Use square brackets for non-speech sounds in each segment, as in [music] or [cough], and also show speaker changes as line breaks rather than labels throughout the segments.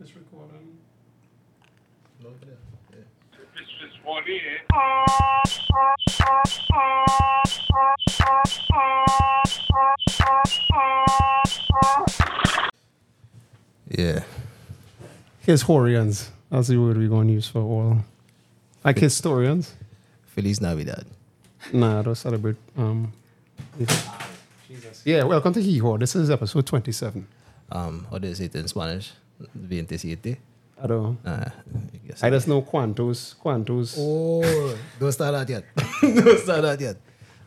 It's recording.
No, it is. Yeah.
This is one in.
Yeah.
Historians. That's the word we're going to use for all. Like historians.
Feliz Navidad.
Nah, they'll celebrate. Um, if- Yeah, welcome to Hijo. This is episode 27.
Um, how do you say it in Spanish? 27.
I don't
Uh, I guess.
I just know Quantos. Quantos.
[laughs] oh, don't start out yet. [laughs] don't start out yet.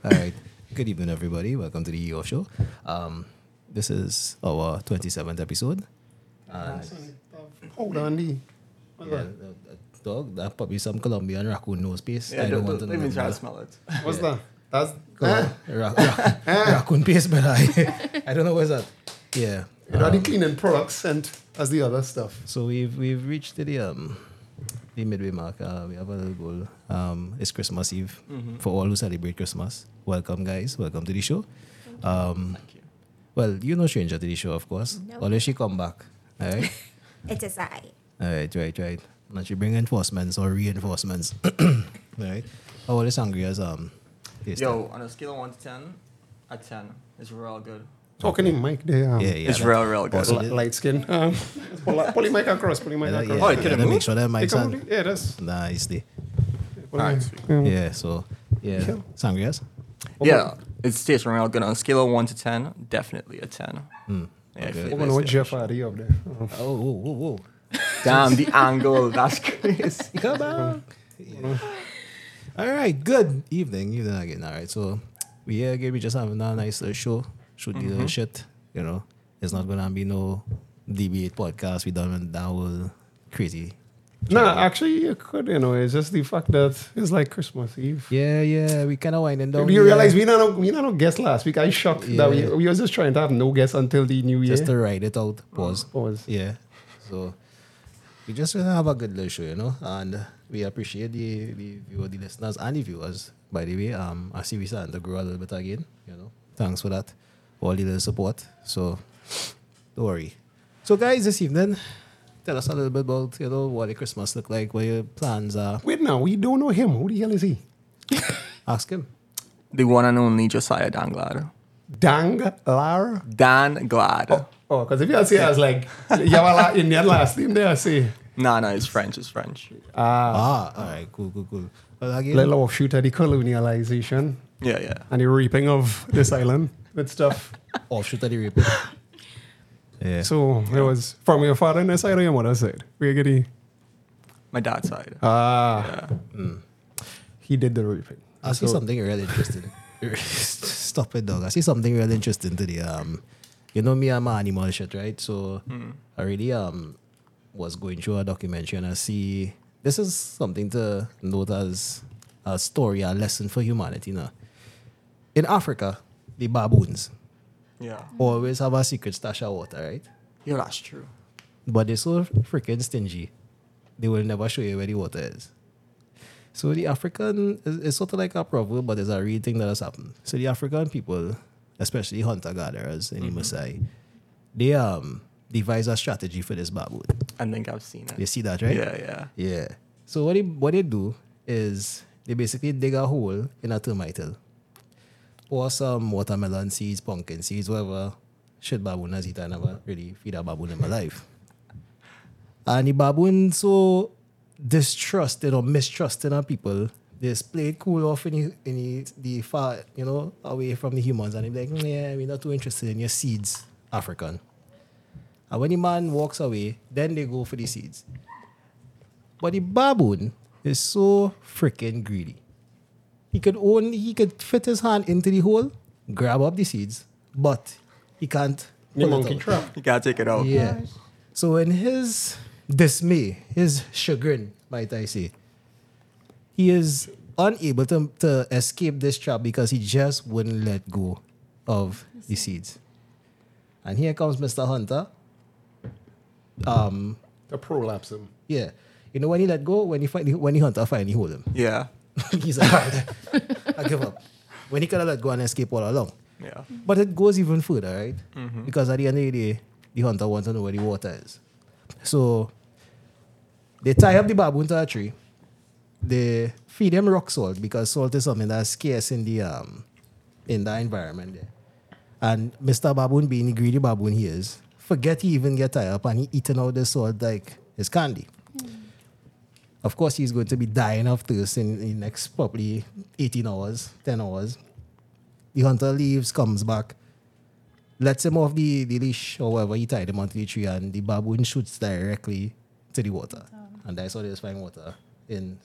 All right. Good evening, everybody. Welcome to the EO Show. Um, this is our 27th episode. And
Hold on, Lee. What's
yeah,
that?
uh, uh, dog, that probably some Colombian raccoon nose paste.
Yeah,
I don't
don't,
want to
don't, let me
know
try to
that.
smell it.
What's that? That's
Colo- ra-
[laughs]
ra- raccoon paste, but I, [laughs] I don't know what's that. Yeah.
you know, the cleaning product scent as the other stuff.
So we've we've reached the um the midway mark. Uh, we have a little goal. Um, it's Christmas Eve for all who celebrate Christmas. Welcome, guys. Welcome to the show. Um,
you.
well, you're no stranger to the show, of course.
No.
Unless she come back, all right,
It is I.
all right, right, right. And she bring enforcements or reinforcements, [coughs] Oh, all right. How are the sangrias? Um, taste
Yo, on a scale of 1 to 10, a 10 is real good.
Talking in mic there. Um,
yeah, yeah.
it's
that-
real, real good.
Also-
li- light skin. [laughs] Um, pull, it- pull your mic across. Pull your mic
that-
across.
yeah,
Oh, it couldn't
gotta Make
move?
sure that
It Um,
mic's
can
on.
move the- Yeah, that's.
Nicely.
Alright,
Yeah. So, yeah.
Yeah.
Sangrias.
Yeah, it's tasting real good. On a scale of 1 to 10, definitely a 10. Yeah,
Hmm, okay.
flavor
We're going
is
to
there.
Jeff Hardy up there. Um,
Oh, oh, oh, oh.
Damn, the angle, that's crazy.
Come on. All right. Good evening. Evening again. All right. So we here again. We just having a nice little show. Shoot the
Mm-hmm.
little shit. You know, it's not gonna be no debate podcast. We done with that whole crazy.
No, actually, you could, you know. It's just the fact that it's like Christmas Eve.
Yeah, yeah. We kind of winding down.
Do you
here.
realize we not no, we not no guest last week? I shocked that we,
Yeah.
we was just trying to have no guests until the new year.
just to ride it out? Pause.
Pause.
Yeah. So we just gonna have a good little show, you know, and we appreciate the the viewer, the listeners, and the viewers. By the way, um, I see we starting to grow a little bit again. You know, thanks for that, all the little support. So don't worry. So guys, this evening, tell us a little bit about you know what the Christmas look like, what your plans are.
Wait now, we don't know him. Who the hell is he?
Ask him.
The one and only Josiah Dan Glad.
Dang Lar?
Dan Glad.
Oh, because if you say I was like [laughs] Yawala Indian last name there, I say
Nah, nah, it's French, it's French.
Ah, all right, cool, cool, cool. Well, again,
little offshoot of the colonialization
Yeah, yeah.
and the reaping of this island with stuff.
offshoot of the report. Yeah.
So it was from your father and the side of your mother's side. We're getting
My dad's side.
ah
yeah.
he did the reaping.
I see
So-
something really interesting. Stop it, dog. I see something really interesting today. Um, you know me, I'm an animal shit, right? So I really um was going through a documentary and I see this is something to note as a story, a lesson for humanity now. In Africa, the baboons
Yeah.
always have a secret stash of water, right?
Yo, that's true.
But they're so freaking stingy. They will never show you where the water is. So the African is, is sort of like a proverb, but it's a real thing that has happened. So the African people, especially hunter gatherers in the Maasai, they um devise a strategy for this baboon.
I think I've seen
You
it.
see that, right?
Yeah, yeah.
Yeah. So what they what they do is they basically dig a hole in a termite hill, pour some watermelon seeds, pumpkin seeds, whatever shit baboon has eaten. I never really feed a baboon in my life. And the baboon so distrusted or mistrusted of people. They play it cool off in the, in the, the far, you know, away from the humans. And they're like, "Mm, yeah, we're not too interested in your seeds, African. And Ah, when the man walks away, then they go for the seeds. But the baboon is so freaking greedy. He could only he could fit his hand into the hole, grab up the seeds, but he can't.
The
pull it
monkey
out.
trap.
You gotta take it out.
Yeah. So in his dismay, his chagrin, might I say, he is unable to, to escape this trap because he just wouldn't let go of the seeds. And here comes Mr. Hunter. Um,
To prolapse him.
yeah. You know when he let go, when he finally when he hunter finally hold him. [laughs]
Yeah.
He's like, "All right, I give up. When he could have let go and escape all along.
Yeah.
But it goes even further, right? Because at the end of the day, the hunter wants to know where the water is. So they tie up the baboon to a tree. They feed them rock salt because salt is something that's scarce in the um in the environment there. And Mr. Baboon being the greedy baboon he is, forget he even get tied up and he eating all the salt like his candy. Of course he's going to be dying of thirst in the next probably 18 hours, 10 hours. The hunter leaves, comes back, lets him off the, the leash or whatever, he tied him onto the tree and the baboon shoots directly to the water. And that's how they just find water in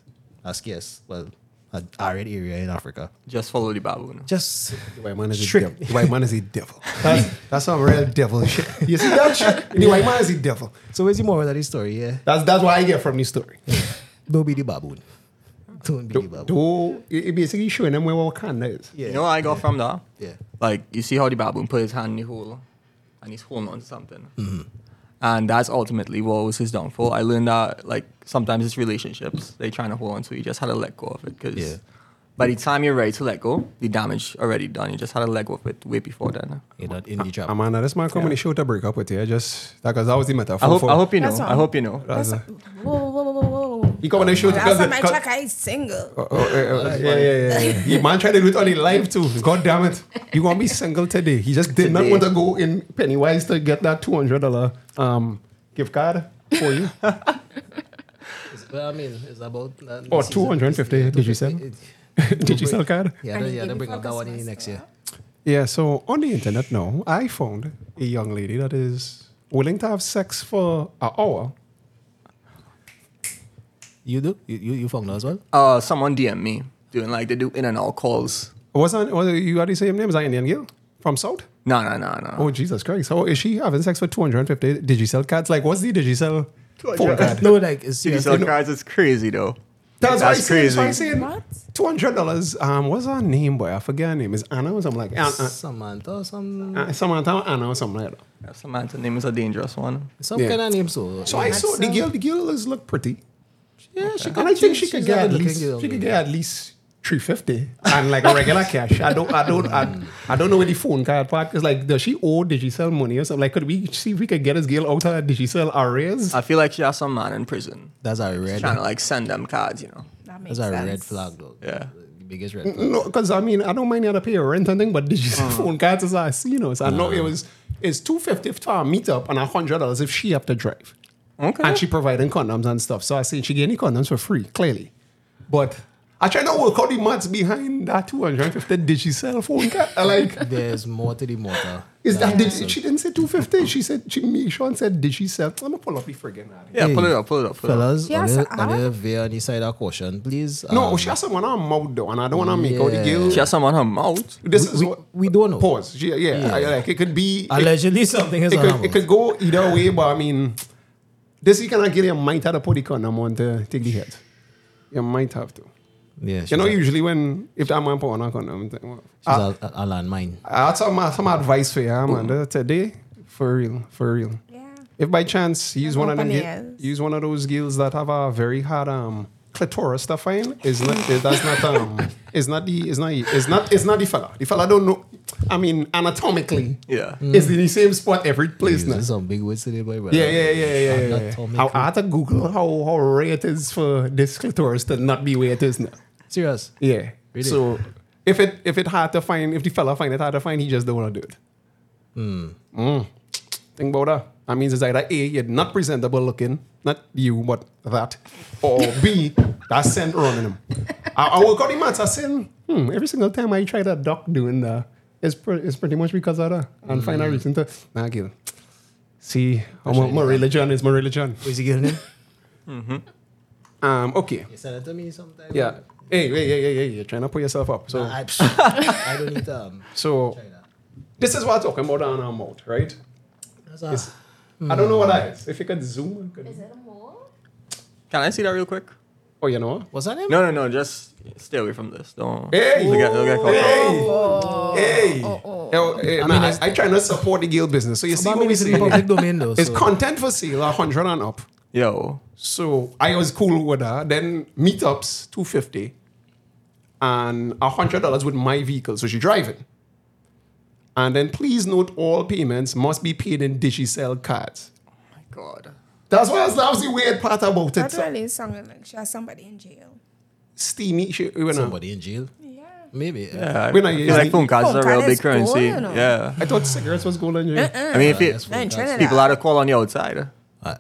a scarce, well, an arid area in Africa.
Just follow the baboon.
Just
The white man is
Trick.
a devil. The white man is a devil. [laughs] That's, that's some real devil shit. You see that [laughs] shit? The white man is a devil.
so where's the moral of the story, yeah?
That's that's what I get from this story.
Don't be the baboon. Don't be the
Do,
baboon.
do, it it basically showing them where Wakanda is.
yeah.
You know what I got from that?
Yeah.
Like, you see how the baboon put his hand in the hole and he's holding on to something. And that's ultimately what was his downfall. I learned that, like, sometimes it's relationships. They're trying to hold on to You just had to let go of it. Because
Yeah.
by the time you're ready to let go, the damage already done. You just had to let go of it way before then.
You're not in the trap.
Amanda, this Ah, man come on the show to break up with you. I just that because that was the metaphor.
I hope,
for,
I hope you know.
That's
I
wrong.
hope you know.
That's,
a-
whoa, whoa, whoa, whoa, whoa.
he come on the show to
That's on my
cut-
track. I ain't single.
Oh, oh, oh, oh, yeah, yeah, yeah, [laughs] yeah. Your man tried to do it on his life too. God damn it. You gonna be single today. He just did not
Today.
want to go in Pennywise to get that two hundred dollar um gift card for you.
Well, I mean, it's about uh,
Or
season-
250, did you say?
It-
[laughs] Did you sell card?
Yeah,
And
they-
it
yeah, they
gave
bring
me
up that one
focus
in
my
next year.
Yeah, so on the internet now, I found a young lady that is willing to have sex for an hour.
You do? You, you, you found that as well?
Uh, someone DM me doing like they do in and out calls.
Wasn't was it- you already say name? Is that Indian girl from South?
No, no, no, no.
Oh Jesus Christ! So is she having sex for two hundred and fifty Digicel cards? Like, what's the Digicel [laughs] phone card?
No, like, it's
Dude,
serious.
these other guys is crazy though.
That's, why
That's
crazy.
crazy.
What?
Two hundred dollars. Um, what's her name, boy? I forget her name. Is Anna or something like Anna? Uh,
Samantha or some,
uh, Samantha Anna or something like that.
Yeah, Samantha name is a dangerous one.
some
yeah.
kind of name. So,
So I saw the girl. The girl is look pretty,
yeah, she
and I think she
she's
could
a
get at
good-looking
least
girl,
she could
yeah.
get at least three fifty and like a regular cash. I don't, I don't, I, I don't know where the phone card part is. Like, does she owe Digicel money or something? Like, could we see if we could get this girl out of Digicel arrears?
I feel like she has some man in prison
That's a red.
trying to like send them cards, you know.
That makes
That's a
sense.
red flag, though.
Yeah.
The biggest red
[laughs]
flag.
No, because I mean, I don't mind you had to pay your rent and thing, but did you see
Uh-huh.
[laughs] phone cards as I see, you know? So I know it was it's two fifty for a meetup and a hundred dollars if she have to drive,
Okay.
and she providing condoms and stuff. So I seen she getting condoms for free, clearly, but. I try to work out the maths behind that 250 did she sell phone card. [laughs] Like,
There's more to the motor.
is that, did,
so-
she didn't say 250. She said, she, me, Sean said, did she sell? I'm going to pull up the friggin' ad here.
yeah, pull it up, pull it up, pull it up.
Fellas,
Yeah,
on
so
the- on
I-
the veer on the side of caution, please.
No,
um,
she has someone on her mouth though, and I don't want to make out the
Yeah.
girl.
She has some on her mouth.
This is
we,
what.
we don't know.
Pause. She- yeah,
Yeah.
I- like, it could be. it-
Allegedly, something is
it
on
could, it could go either way, but I mean, this you cannot get your might have to put the condom on to take the head. You might have to.
Yeah, she's
You know,
a-
usually when if that man put on a condom, th- well,
she's
I,
a, a, a landmine.
I had some some advice for you, ah, man. uh, Today, for real, for real.
Yeah.
If by chance you use one of them,
Open
gi-
ears.
use one of those gills that have a very hard um clitoris to find, is not that's not um [laughs] is not the is not is not is not the fella. The fella don't know. I mean,
Mm.
anatomically,
Yeah.
it's in the same spot every place
Using
now.
some big words today, boy, brother.
Yeah, yeah, yeah, yeah, yeah. yeah.
Anatomical.
How- I had to Google how, how rare it is for this clitoris to not be where it is now.
Serious.
Yeah.
Really?
So if it if it hard to find, if the fella find it hard to find, he just don't want to do it.
Hmm.
Mm. Think about that. That means it's either A, you're not presentable looking, not you, but that, or B, that's sent running him. I, I work out the maths. I said, hmm, every single time I try that doc doing that, it's, pre- it's pretty much because of that. And find
Hmm.
a reason to, nah, Gil. See, how my, my religion is my religion.
Where's the girl name?
Um, okay.
You send it to me sometime.
Yeah. Hey, hey, hey, hey, hey, you're trying to put yourself up. So,
I, I [laughs] don't need um.
so
China.
this is what I'm talking about on our mouth, right?
That's a,
It's- I don't know what that is. If you could zoom, I could,
Can I see that real quick?
oh, you know what?
what's her name?
No, no, no. Just stay away from this. Don't.
Hey!
Look at, look at
Hey,
Coco.
Oh.
hey, Yo, eh, man, I, I try not to support the Gill business. So you see
But I
what
mean,
we
it's in the
see? [laughs]
public domain though.
It's
so-
content for sale, a hundred and up.
Yo.
So I was cool with that. Then meetups, two fifty, and a hundred dollars with my vehicle. So she driving. And then please note all payments must be paid in Digicel cards.
My God.
That's why that was the weird part about it.
That really sounded like she has somebody in jail.
Steamy shit. You know.
Somebody in jail?
Yeah.
Maybe. uh,
Yeah, I
We're not
feel
using-
like phone cards
Phone
are a
card
real big
is gold,
currency.
you know.
Yeah,
I thought cigarettes was gold in jail.
I mean, if
yeah,
it,
that's
No, in
what-
Trinidad.
people had a call on the outside.
I, I,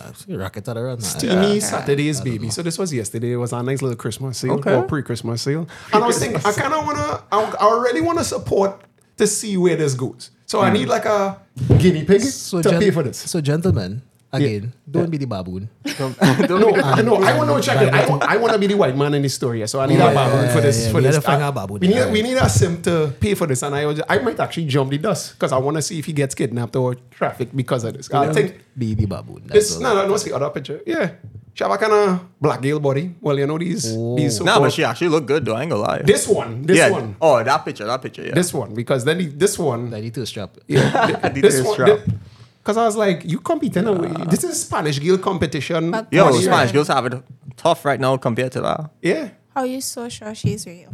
I see rocket out around.
Steamy Saturdays, baby. So this was yesterday. It was our nice little Christmas sale
Okay.
or pre-Christmas sale. And I was thinking, I kind of wanna, I, I already wanna support to see where this goes. So I need like a guinea pig
Mm. So,
to
gen-
pay for this.
so gentlemen, again, don't be the baboon.
no, I, no,
[laughs]
I want to check it. I, I want to be the white man in this story. yeah. So I need a
Yeah,
baboon for this.
yeah,
for
we
this.
gotta find
I-
a baboon.
We need,
Yeah.
we need a sim to pay for this, and I, was- I might actually jump the dust because I want to see if he gets kidnapped or trafficked because of this. I think
Be the baboon. That's
it's
all.
no, no, no. See other picture. Yeah, she have a kind of black girl body. Well, you know these
Oh.
these.
Nah,
so-called-
but she actually looked good though. I ain't gonna lie.
This one, this
yeah.
one,
Oh, that picture, that picture. Yeah.
this one, because then the, this one,
I need to strap. [laughs]
yeah, th- [laughs] this
Details
one,
drop.
because I was like, you competing? away. This is Spanish girl competition.
But-
Yo,
Yeah.
Spanish girls have it tough right now compared to that.
yeah.
How are you so sure she's real?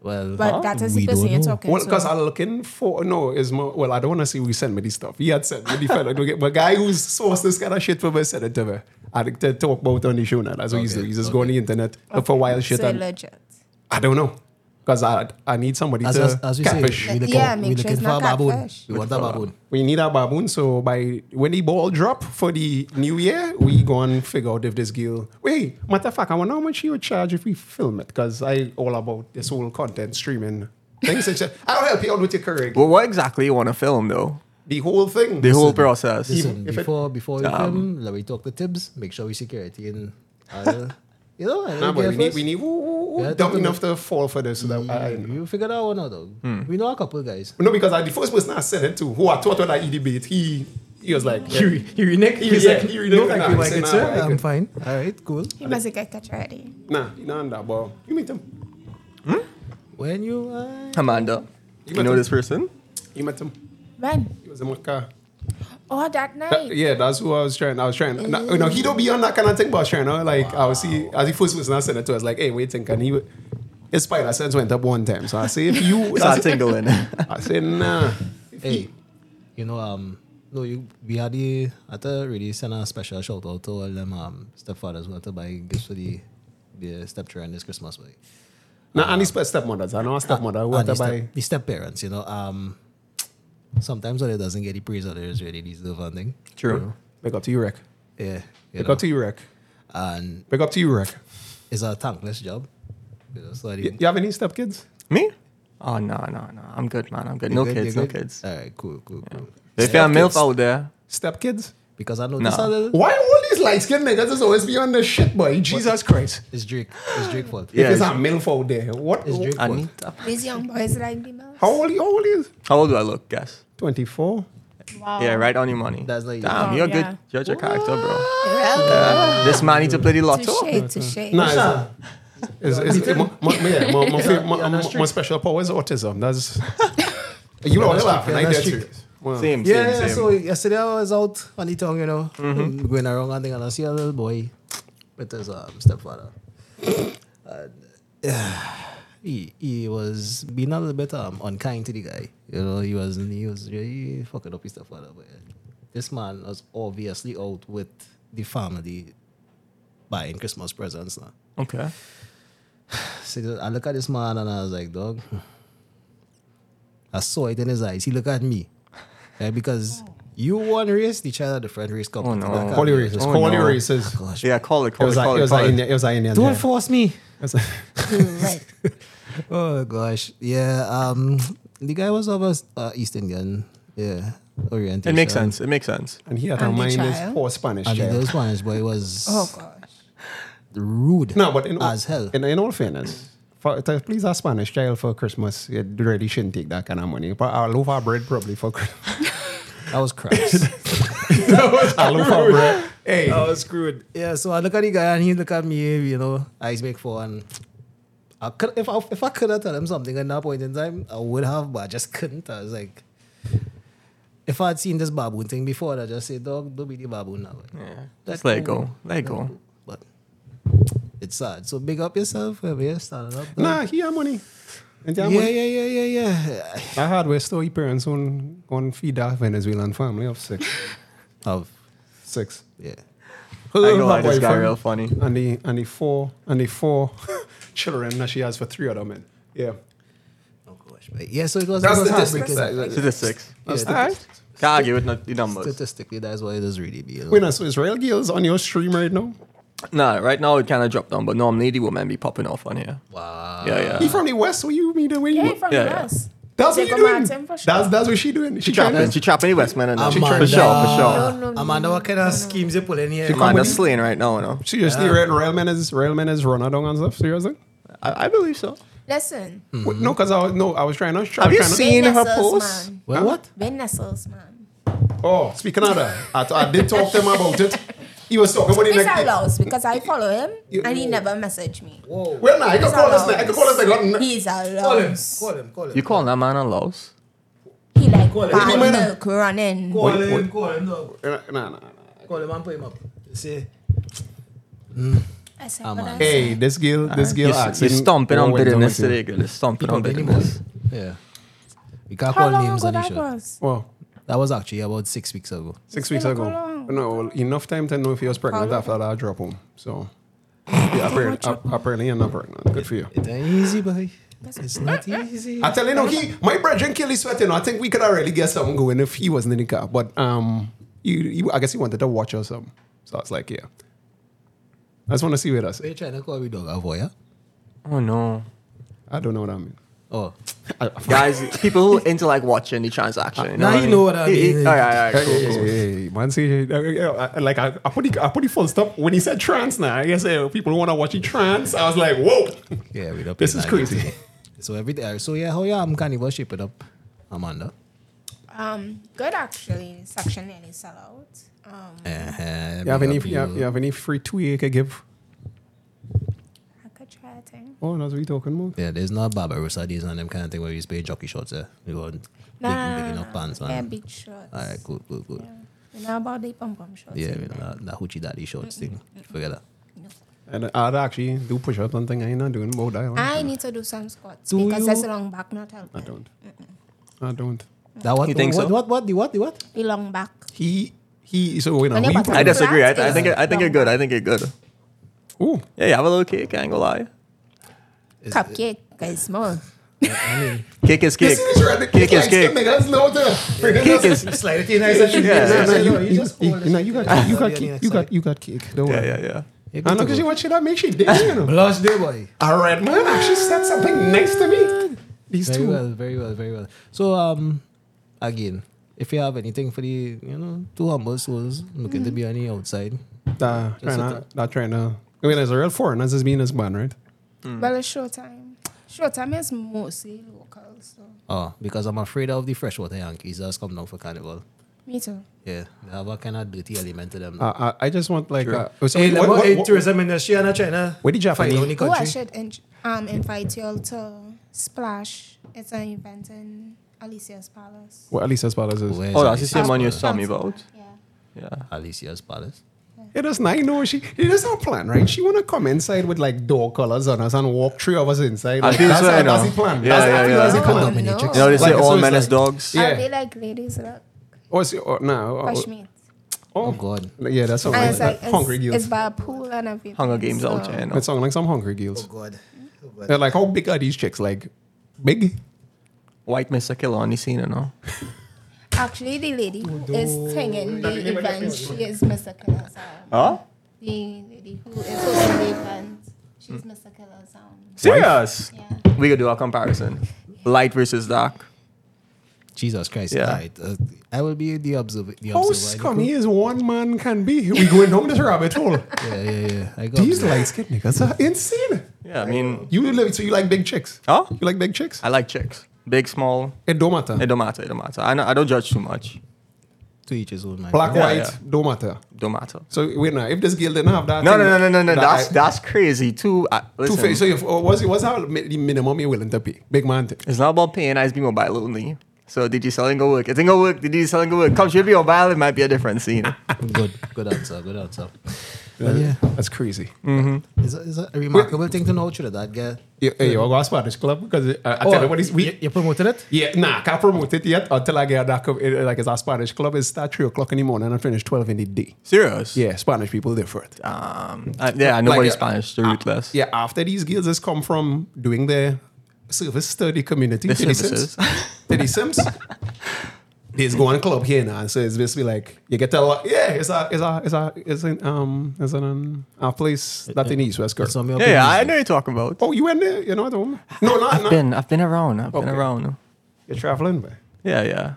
Well,
But that is the
we
person
don't
you're
know.
talking
Well,
to.
because I'm looking for no is more. Well, I don't want to see who sent me this stuff. He had sent me the fella, don't get- but guy who's sourced this kind of shit for me sent it to me. I think to talk about on the show now. That's what he's
Okay,
doing. He's just go on the internet look for wild shit.
so
And
legit.
I don't know because I I need somebody
As,
to
as, as we
catfish.
say, we looking,
Yeah,
we
make sure
looking
it's
for a
not
baboon.
catfish.
We want a baboon.
we need a baboon. So by when the ball drop for the new year, we go and figure out if this girl. Wait, matter of fact, I wonder how much she would charge if we film it because I all about this whole content streaming. Things such as, I'll help you out with your career.
Well, what exactly you want to film though?
The whole thing.
The whole process.
Listen,
if it-
before before we film, let me talk to Tibbs. Make sure we security and I'll, you know. I'll
Nah, but
get
we need,
first.
we need who, who, who
Yeah,
dumb
totally.
enough to fall for this. So that I, I know.
You figure that one out though.
Hmm.
We know a couple guys.
No, because I, the first person I said it to, who I thought on that debate, he he was like,
[laughs] You,
[laughs]
you neck.
He was like, you
no, thank
neck- nah,
you,
I
like
said,
it,
nah,
sir.
I like
I'm
it.
fine. All right, cool.
He must get catch ready.
nah, you know that, but you meet him.
When you, uh,
Amanda, you,
got
know
the-
this person?
You met him.
When?
He was in my car.
Oh, that
That-
night.
yeah, that's who I was trying. I was trying. No, no, he don't be on that kind of thing, but I was trying. No? Like I was see, as the first person I said it to, I was like, hey, wait, think, and he. would- His spider sense went up one time, so I say,
[laughs]
if you, I
Start
say,
tingling. [laughs]
I say, nah. If he-
hey, you know, um, no, you we had the I thought really send a special shout out to all them um stepfathers who had to buy gifts for the the stepchildren this Christmas way.
nah, and his stepmothers. I know a stepmother.
And
What
the,
by
step, the step parents, you know, um, sometimes when it doesn't get the praise that it is really deserve and thing.
True.
Big up to you, Rick.
Yeah, you
Big
know,
up to you, Rick.
and
Big up to you, Rick.
it's a thankless job. You know, so I
Y-
didn't-
You have any stepkids?
Me? Oh no, no, no. I'm good, man. I'm good. No
You're good,
kids,
you're
no
good? Uh,
kids.
All right, cool, cool, cool.
If you're a
Stepkids.
MILF out there,
Stepkids?
Because I know this
Nah.
other
Why all these light skinned niggas is always beyond the shit, boy? Jesus Christ.
it's Drake, it's Drake fault.
Yeah.
There's a milf out there. What?
it's Drake fault.
Anita.
These young boys like the most.
How old, how old is?
How old do I look? Guess.
24.
Wow.
Yeah, right on your money.
That's not you.
Damn,
Oh,
you're a
yeah.
good judge of character, bro. Uh,
Well,
This man needs to play the lotto.
touche, touche.
Nah, it's, it's, it's, my, my, yeah, my, my, fa- my,
Yeah,
my,
that's true.
my special power is autism. That's. you know, they're laughing. I
that's
get
true.
you. Well,
Same, same,
Yeah, yeah,
same.
so yesterday I was out on the town, you know, going around and thing, and I see a little boy with his um, stepfather. and, [sighs] he, he was being a little bit um, unkind to the guy. You know, he was he was really fucking up his stepfather. But uh, this man was obviously out with the family buying Christmas presents. Now.
Okay.
So the- I look at this man and I was like, dog. I saw it in his eyes. He looked at me. Yeah, because you one race, the child of the friend race couple.
Oh, no.
Back at
Call you
me.
racist.
Oh,
call you
no.
racist.
Gosh,
Yeah, call it,
It
call it,
was
call
like- it
it,
was
call
like
it.
Indian. It was like Indian.
Don't
yeah.
force me.
It was like- [laughs]
right.
Oh gosh. Yeah. Um the guy was of us uh, East Indian. Yeah. Oriental.
It makes sense. It makes sense.
And he had a
And the
mind is
child.
poor Spanish
I mean
child.
those ones, but it was
Oh gosh.
rude.
No, but in all,
as hell.
In, in all fairness, for, to please our Spanish child for Christmas, you really shouldn't take that kind of money. But I'll loaf our bread probably for Christmas.
I was [laughs] crass.
[laughs] I'll loaf our bread. Hey,
I was screwed. Yeah, so I look at the guy and he look at me, you know, eyes make four and I could if I if I could have told him something at that point in time, I would have, but I just couldn't. I was like if I had seen this baboon thing before, I'd just say, dog, don't be the baboon now.
Yeah. Just let it go. Let it go.
But it's sad. So big up yourself, whoever you're standing up. dog.
[laughs] nah, he had money. And he had
Yeah,
money.
yeah, yeah, yeah, yeah. [sighs]
I had where store he parents on on feed our Venezuelan family of six.
Of
Six.
Yeah.
I
Her,
go
her
like this guy
boyfriend,
real funny.
And the and the four and the four [laughs] children that she has for three other men. Yeah.
Oh gosh. But yeah, so it was,
That's
it was
statistics.
heartbreaking.
Statistics.
Yeah,
That's
that-
statistics.
Can't argue with not the numbers.
Statistically, that's what it is really be.
Wait, no, so Israel Gill's on your stream right now?
Nah, right now it kind of dropped down, but normally the women be popping off on here.
Wow.
Yeah, yeah.
he from the West, so you mean the way you.
Yeah, from
Yeah,
the
yeah.
West.
that's what
Jacob
you doing.
Martin, for sure.
That's that's what she doing. She
She trapping,
trying
she
to.
trapping the Westman and now. For sure,
Amanda.
for sure.
No, no, no,
Amanda, what kind of schemes eh, you pulling here?
Come
Amanda's
with-
slaying right now, you know.
Seriously, yeah. rail, rail man is rail man is runner down and stuff. Seriously?
I, I believe so.
Listen.
Wait, no, because I was no, I was trying to. Try,
Mm-hmm. Have you
trying to-
seen her
Vanessa's
post?
man.
Well, what?
Vanessa's man.
Oh, speaking of that, I, I did talk to him about it. He was talking about it.
It's
Like,
allows because I follow him
You-
and he never messaged me.
well, nah, I can
He's
call this.
allowed.
nigga- I can call this. nigga.
He's
Call him.
allows.
Call him. Call him.
You call that man a louse?
He like
Call him.
bad
He man-
milk running.
Call
Wait,
him.
wait.
Call him. dog.
Uh, Nah, nah, nah.
Call him and put him up. See.
I said,
Ah,
but
man.
I
Hey,
said,
this girl, this girl,
You're, s- you're Ah, stomping on bitterness today, girl. You're stomping on bitterness.
Yeah. We can't
how
call
long
names
ago
on the
that
show.
was?
Well,
That was actually about six weeks ago.
six
been
weeks
a
ago.
long-
No, well, enough time to know if he was pregnant
How
after that I drop home. So, yeah, apparently, ap- apparently you're not pregnant. Good for you.
It ain't easy, boy. It's
[laughs]
not easy.
I tell you, no, he, my brethren killed his sweat, you know. I think we could already get something going if he wasn't in the car. But um, you, you I guess he wanted to watch or something. So I was like, yeah. I just want to see what that's.
So you trying to call me dog avoid, yeah?
Oh no.
I don't know what I mean.
Oh.
I,
Guys, people who into like watching the transaction. You know
Now
what
you know what I
He- he-
mean.
alright, alright,
Hey,
cool,
hey,
cool.
hey, hey, man, see, uh, uh, uh, like I, I put the, I put the full stop when he said trance. Now I guess uh, people want to watch it trance. I was like, whoa,
Yeah, we don't
this
play
is
that
crazy. [laughs]
game. So every day, so yeah, how yeah, I'm carnival shape it up, Amanda.
Um, good actually. Section nearly sell out. Um,
Uh-huh,
You have
big
any?
up
You have, you have any free tweet you could give?
I could try eh? a thing.
Oh, that's what you talking about.
Yeah, there's not Barbarossa days and them kind of thing where you just pay jockey shorts. Yeah, you got big, big enough pants
Yeah,
man.
big shorts.
All right, cool, cool, cool.
Yeah. You know about the pom pom shorts?
Yeah, you know, that, that hoochie daddy shorts thing. Forget that.
And I'd actually do push up something. I ain't not doing about that.
I need to do some squats
Do
because that's
you?
long back not helping.
I don't. I don't.
That what?
You
[laughs]
think
what,
so?
what? What? The what? The what?
The long back.
He he. So wait, now,
And
who
they
you
got
I
playing?
that.
disagree. I, I think I think you're good. I think you're good.
Ooh,
Yeah, you have a little cake. I ain't gonna lie.
Cupcake is small.
Cake is cake. Cake is cake.
[laughs]
Cake is
Slide it in. I [laughs] said,
Yeah,
No, you, you, you, no, you got you got cake. You got you got cake. Don't
Yeah,
worry.
yeah, yeah.
I know because you watch it. I make she did. You know.
Blush, dear boy.
All right, man. Actually said something nice to me. These
Very
two.
well, very well, very well. So um, again, if you have anything for the you know two humble souls looking to be on
Mm-hmm.
the outside,
Nah, trying to, not trying to. I mean, as a real foreigner, as being as man, right?
Well, it's Showtime. Showtime is mostly local, so
oh, because I'm afraid of the freshwater Yankees that's come down for carnival.
me too.
Yeah, they have a kind of dirty element to them.
Uh, I, I just want like. Uh, so
Hey,
wait,
let
what-
me-
what-
hey,
what-
tourism industry and China.
Where did Japanese-
Fight only
Oh, I
country.
should in- um invite you all to Splash. It's an event in Alicia's Palace.
Well, at least as bad as this.
Where's
Oh, that's the
Alicia's
same one you
palace?
saw me about.
Yeah.
Yeah.
Alicia's palace.
It is not. You know, she. It is her plan, right? She wanna come inside with like door colors on us and walk three of us inside.
I
Like,
feel
that's,
so,
how-
you know.
that's the plan.
Yeah,
that's, I
yeah,
feel
yeah.
That's the
Oh,
plan.
no.
Dominatrix.
You know they say
Like,
all
so it's
men is
like-
dogs.
Yeah.
I'll be like ladies look.
Oh, it's, oh, no, oh,
Fresh meat.
Oh God.
Yeah, that's all.
And
Like,
it's like
that hungry
it's, it's
gills.
by a pool and everything.
uh, Hunger Games
so.
out here. you know.
That sound like some hungry gills.
God. Oh God.
They're like, how big are these chicks? Like, big?
White Mr. Killer on the scene, you know.
Actually, the lady who is singing the event, she is Mr. Killer Sound.
Huh?
The lady who is hosting the event,
Mm.
she's Mr. Killer Sound.
Serious?
Yeah.
We could do a comparison. Light versus dark.
Jesus Christ.
Yeah.
Right. Uh, I will be the observer. The
How
observer.
scummy is one man can be? We going down this rabbit hole.
Yeah, yeah, yeah. I got
These light skinned niggas are insane.
Yeah, I mean,
You live so you like big chicks?
Huh?
You like big chicks?
I like chicks. Big, small,
It don't matter.
it don't matter, it don't matter. I, know, I don't judge too much.
to each his own, man.
Black,
Yeah,
white,
yeah.
don't matter.
Don't matter.
So wait now, if this girl didn't have that,
No,
thing-
no, no, no, no, no.
that
That's
I-
that's crazy too. I,
two
listen,
face. So if, uh, what's what's how mi- the minimum you're willing to pay? Big man, thing.
it's not about paying. I just be mobile only. So did you selling go work? It ain't gonna work. Did you selling go work? Come should be mobile. It might be a different scene.
Good, good answer. Good answer. But Oh, yeah,
That's crazy.
Mm.
it's a, it's a remarkable thing to know. Should that get?
You, hey, you go to Spanish club because I,
Oh,
I tell you what, it's, we,
you, you promoted it?
yeah, nah, can't promote it yet until I get that. co- it- Like it's a Spanish club. It start three o'clock in the morning and finish twelve in the day.
[laughs] Serious?
Yeah, Spanish people different.
Um, I, yeah, I know
Like,
what
uh,
is Spanish, the rootless.
Yeah, after these girls has come from doing their service to the community,
The
to the
services.
Sims, to the Sims, there's one club here now, so it's basically like you get a lot. Yeah, it's a, it's a, it's a, it's an, um, it's an, um, a place that in East West Coast.
It's on
Yeah, yeah, I know you're talking about.
Oh, you went there? You know what I mean? No, not, not.
Been, I've been around. I've been
Okay.
around.
You're traveling, man.
Yeah, yeah.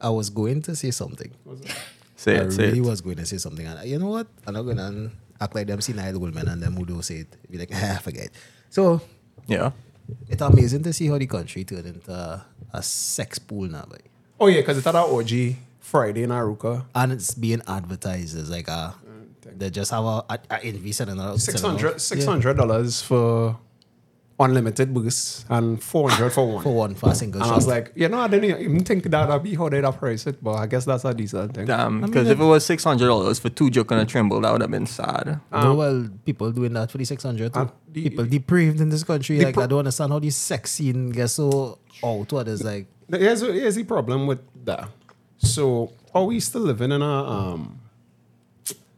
I was going to say something.
Say
I
it, say
really
it.
was going to say something. And uh, you know what? I'm not going to act like them see Nile Goldman and them who do say it. Be like, [laughs] ah, forget. So
Yeah.
it's amazing to see how the country turned into a, a sex pool now. Like.
Oh, yeah, because it's at our orgy Friday in Aruka.
And it's being advertised as like a, they just have a, a, a invest in another.
$600, $600 for unlimited booze and 400 for one.
For one, for a single
And I
shot.
was like, you know, I didn't even think that would be how they'd price it, but I guess that's a decent thing.
Damn, because if it was six hundred dollars for two joke and a tremble, that would have been sad.
no, well, people doing that for the 600 too.
Uh, um, the-
people depraved in this country.
the
Like, I
pro-
don't understand how this sex scene gets so out. What is like,
Here's, here's the problem with that. So, are we still living in a, um,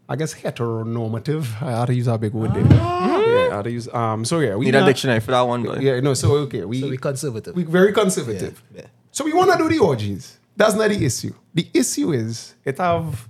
I guess, heteronormative? I had to use a big word there.
Ah.
Yeah, I had to use, um, so yeah, we
Need a
not-
dictionary for that one, but
Yeah, no, so okay, we,
so we conservative.
we very conservative.
Yeah, yeah.
So we want to do the orgies. That's not the issue. The issue is it have,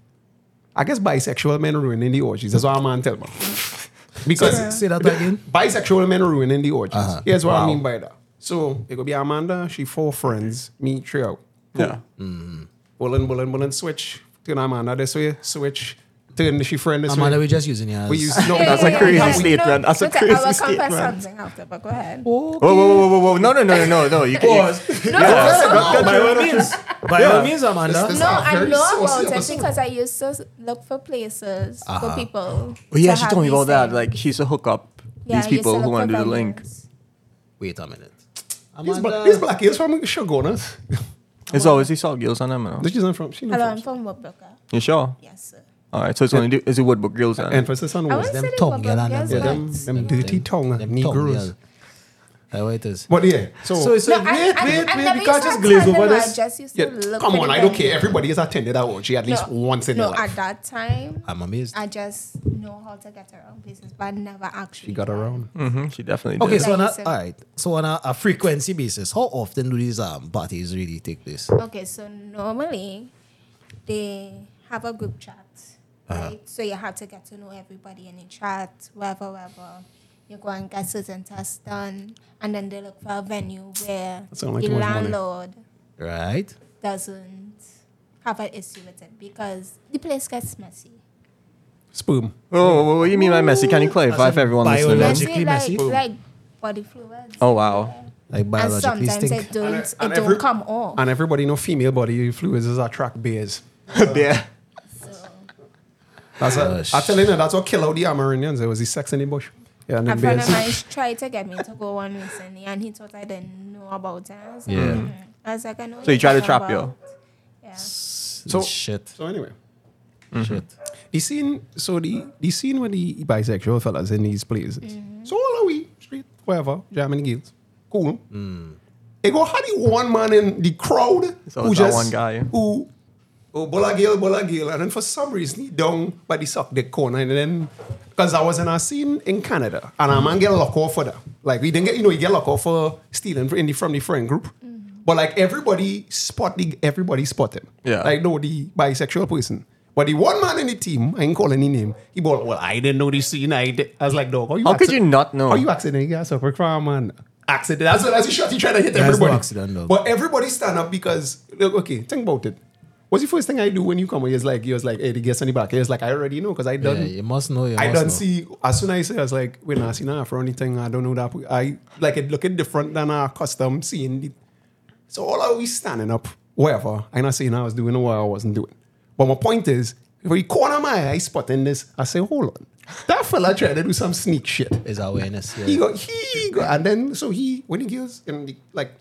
I guess, bisexual men ruining the orgies. That's what I'm on
[laughs]
tell me.
Say-
Because
say that
[laughs]
again.
bisexual men ruining the orgies.
Uh-huh.
Here's what I
Wow.
mean by that. So it could be Amanda. She four friends. Me three out. Mm-hmm.
yeah.
Bullen, bullen, bullen. Switch. Turn Amanda this way. Switch. Turn she friend this
Amanda,
way.
we're just using yours.
We
[laughs]
use [laughs] no.
That's a
yeah,
crazy
yeah.
statement. That's a
okay, I will
crazy
confess
statement.
something after, but go ahead.
Whoa, whoa, whoa, whoa, whoa! No, no, no, no, no, no! You [laughs] pause.
by all means, [laughs] by all means, Amanda.
This- this-
No,
are
I
very
know about
saucy Uh-huh.
it
episode.
because I used to look for places for people.
Well, Oh, yeah,
to
she
have
told me
these
about that.
things.
Like, she used to hook up
Yeah, I
these
used to
people who
look
want to
for
do the link.
venues.
Wait a minute.
These,
Amanda,
black, these black girls from Shogunas.
It's always these salt girls on them, you know.
[laughs] She's not from. She's
Hello,
not
I'm
from.
from Woodbrooker.
You sure?
Yes, sir.
All right, so it's only do, is it Woodbrook girls then?
Emphasis on
I
words.
wouldn't
them
say they
tongue,
were
yeah,
good
nah, nah,
girls,
Yeah,
Yeah,
them,
but-
them dirty tongue
them
Negroes.
tongue, yeah. How it is.
But yeah, so,
So it's
No,
like,
I-
wait,
I-
wait,
I
wait,
never
we can't
used
just
to
glaze
attend
over
them, I
this.
just used to
yeah,
look
come
for
on,
the
I don't care.
venue.
Everybody has attended that orgy at least
No,
once in
no,
their life. Uh,
at that time,
I'm amazed.
I just know how to get around places, but I never actually.
She got around.
hmm she definitely did.
Okay, so on a,
eh?
Like you said.
all right. So on a, a frequency basis, how often do these um parties really take place?
Okay, so normally they have a group chat, right? So you have to get to know everybody in the chat, wherever, wherever. You go and get certain tests done, and then they look for a venue where
That sound like
the
too much money.
landlord
Right?
doesn't have an issue with it because the place gets messy.
Sperm.
Whoa, whoa, whoa, what do you mean by messy? Can you clarify
That's
for
a
everyone listening?
biological- Logically messy.
Messy, like, like body fluids.
Oh wow! [laughs]
Like
And
biologically
sometimes
stink.
it
And-
don't,
and
it don't
every-
come off.
And everybody know female body fluids is attract bears.
yeah.
So.
That's a,
Gosh.
I tell you now, that's what killed out the Amerindians. It was the sex in the bush. Yeah, and
A
then
friend
bears.
of mine tried to get me to go one recently, and he thought I didn't know about it. I was like,
Yeah.
"Mm." I was like, I know. what
So he
you're
tried to
talking
trap you?
about." Yeah.
So- Mm-hmm.
So, shit.
So anyway,
Shit.
the scene. So the the scene with the bisexual fellas in these places.
Mm-hmm.
So all are we straight, whatever, jamming girls, cool. They go how the one man in the crowd
Mm. So it's that one guy.
who oh bola girl, bola girl, and then for some reason he down by the sock the corner and then because I was in a scene in Canada and a man get locked off for that. Like we didn't get you know he get locked off for stealing in the, from the friend group.
Mm-hmm.
But like everybody spot the everybody spot him.
Yeah.
Like no the bisexual person. But the one man in the team, I ain't calling any name. He bought, well, I didn't know the scene. I, did. I was like, dog, how you
How could
acci-
you not know?
How you accident? You got suffer from man. Accident. That's what that's a shot he tried to hit
That's no
everybody.
accident, dog.
but everybody stand up because look, okay, think about it. What's the first thing I do when you come? He was like, he was like, hey, the guest on the back. He was like, I already know because I
Yeah,
done.
you must know. You
I
must
don't
know.
see as soon as I say I was like, we're not seeing for anything. I don't know that I like it looking different than our custom seeing the so all I was standing up, whatever. I'm not saying I was doing what I wasn't doing. But my point is, if you corner my eye spotting this, I say, hold on. That fella tried to do some sneak shit.
Is awareness.
He
Yeah.
go, he go, and then so he when he gives and the, like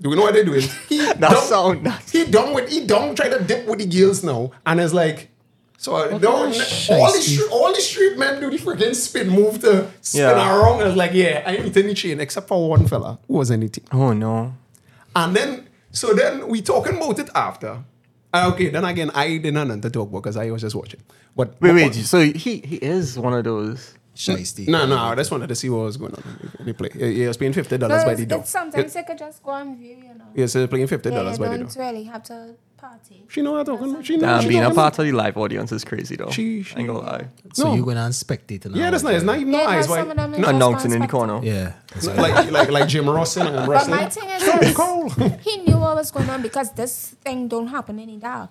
do we know what they're doing? He
[laughs] That sound-
He done with he done try to dip with the girls now, and it's like So uh, no, all, the street, all the street men do the freaking spin move to spin
Yeah.
around. I was like, yeah, I ain't eating the chain except for one fella who was in the team.
Oh no.
And then, so then we talking about it after. Uh, okay, then again, I didn't have nothing to talk about because I was just watching. But
Wait, wait. So he he is one of those.
Shiesty.
No, no, I just wanted to see what was going on. in The play. Yeah, yeah, I was paying fifty dollars
No,
by
it's,
the door.
it's sometimes I could just go and view, you know.
Yes, they're playing fifty
Yeah,
dollars
you
by the door.
don't really have to party.
She know what I'm talking about. She know.
Damn,
she
um, being a
talking
part of the live audience is crazy though.
She-
I ain't gonna lie.
So
No.
you going to spectate and
Yeah,
all
that's
that,
nice. Not
yeah.
even no
Yeah,
eyes
have
wide.
someone on the
No,
just
Announcing in the
contact
corner.
Yeah. That's right.
like like like Jim Ross and I'm
But
wrestling.
my thing is,
Cole.
this, [laughs] he knew what was going on because this thing don't happen in the dark.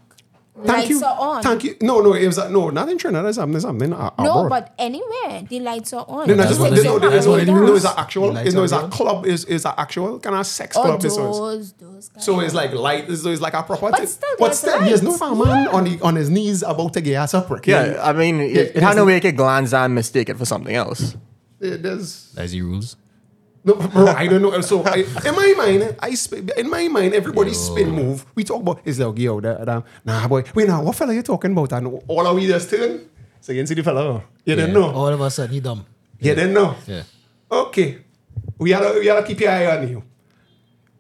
Thank
lights
you.
are on.
Thank you. No, no, it was no, not in Trinidad. It's something, something no,
No,
abroad.
but anywhere the lights are on.
no, no,
It
just
what
no,
they-
no,
doesn't
no,
happen
that's what
no,
in
they
the
do.
no,
dark.
it's an actual,
Lights
it's, no, it's a
on.
club, is is an actual kind of sex
Oh,
club. This was.
those, those guys.
So it's like light. So it's like a proper.
But
thing.
still,
but
there's
still, there's no
lights.
farmer
Yeah.
on the, on his knees about to get ass up. prick.
Yeah, I mean, it,
it
it had no
doesn't-
way I could glance and mistake it for something else.
Yeah, there's
That's the rules.
No, bro, I don't know. So I, in my mind, I sp- in my mind, everybody's spin move. We talk about is like yo, that, that, nah, boy. Wait, now what fella you talking about? And all of we just turn. So you didn't see the fella. Oh, huh? You didn't know.
All of a sudden, he dumb.
You didn't know.
Yeah.
Okay, we gotta we gotta keep your eye on you.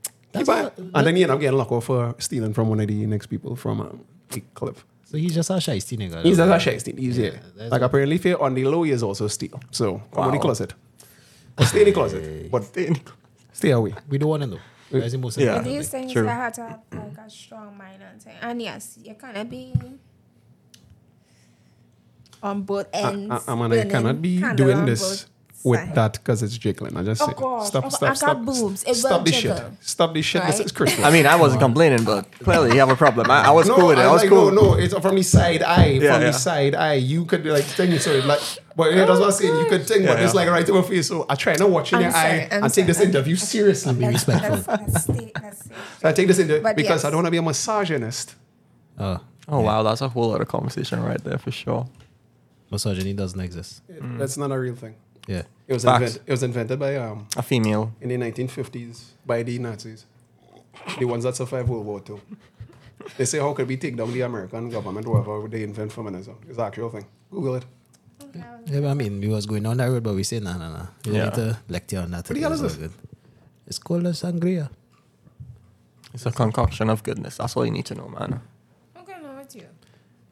Keep
That's
eye.
what-
And then you end up getting locked off for stealing from one of the next people from um, the clip.
So he's just a shiesty nigga.
He's
though.
just a shy steal. He's yeah.
that's-
Like apparently, if you're on the low, is also steal. So come on the
Wow.
closet. But stay in the closet, but stay away.
We don't want to know. That's the most
Yeah.
But
important
these
thing.
things
True.
I had to have like a strong mind on thing. And yes, you cannot be on both ends.
I, I, I, mean, I
spinning
cannot be
candle
doing
on
this
both
with
sides.
that because it's jiggling. I just
Oh
say,
gosh.
stop,
Oh,
stop,
I got
stop,
boobs. It
stop
will
this shit.
jiggle.
Stop this shit. This
Right?
is Christmas.
I mean, I wasn't complaining, but clearly you have a problem. I, I was
no,
cool with it. I was
like,
cool.
No, no, it's from the side eye.
Yeah,
from
yeah.
the side eye, you could like think so. Like, but yeah, that's what I'm saying. You could think, but
Yeah,
it's
yeah.
like right to my face. So I try not watching
I'm
your
sorry,
eye
I'm
and take this
sorry.
interview seriously.
Let's-
respectful.
[laughs] let's- let's stay- let's stay.
I take this interview
But
because
yes.
I don't want to be a misogynist.
Oh,
Oh wow, that's a whole other conversation right there for sure.
misogyny doesn't exist.
That's not a real thing.
Yeah.
It was
Mm. Facts.
invent, it was invented by um
A female.
in the 1950s by the Nazis, the ones that survived World War II. They say how could we take down the American government whatever they invent feminism? It's an actual thing. Google it.
Yeah, but I mean, we was going on that road, but we say, nah, nah, nah. We
Yeah.
don't need to lecture on that.
What the hell
It's
is
all
this?
good. It's called a sangria.
It's a concoction of goodness. That's all you need to know, man.
I'm going on with you.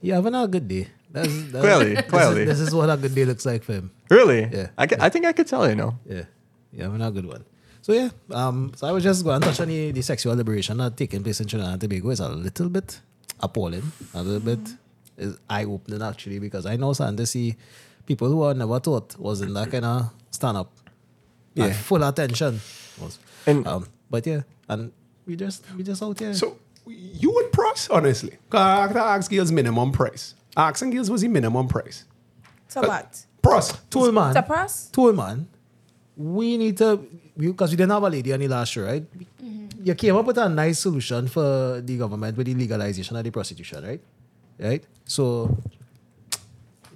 You having a good day. That's, that's
Clearly,
this is-
clearly.
This is, what a good day looks like for him.
Really?
Yeah.
I, ca- I think I could tell you know.
Yeah, yeah, having a good one. So yeah, um, so I was just going to touch on the, the sexual liberation that taking place in Trinidad and Tobago is a little bit appalling, a little bit is eye opening actually because I know starting to see people who I never thought was in that kind of stand up, yeah,
Yeah.
full attention, was,
And-
um, but yeah, and we just we just out here.
So you would price, honestly. 'Cause I have to ask girls minimum price. Asking girls was the minimum price. Uh,
So what?
Price. Two
tool man,
The price?
tool man, we need to because we didn't have a lady on the last show, right? You came up with a nice solution for the government with the legalization of the prostitution, right? Right. So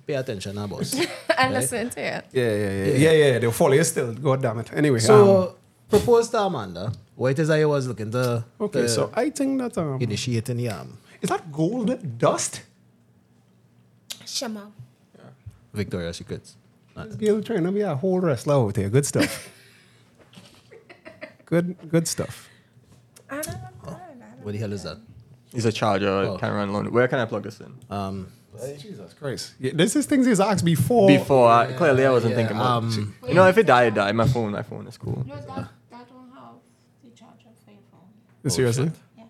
pay attention, now,
[laughs]
boss.
[laughs] I listen to it.
yeah, yeah, yeah, yeah, yeah, They'll follow you still. God damn it. Anyway, um,
so propose to Amanda what it is I was looking to,
um, okay.
to
so I think that um,
initiate in the um,
is that gold dust?
Shema.
Victoria's Secrets. Not-
Girl trying to be a whole wrestler out there. Good stuff. good, good stuff.
I don't know.
Oh.
I don't know.
What the hell is that?
He's a charger.
Oh.
Can run loan. Where can I plug this in?
Um,
Jesus Christ. Yeah, this is things he's asked before.
Before, I, clearly I wasn't
yeah,
thinking about.
um,
it. you know, if it died, it died. My phone, my phone is cool.
No, that, that don't have the charger for your phone.
Seriously?
Yeah.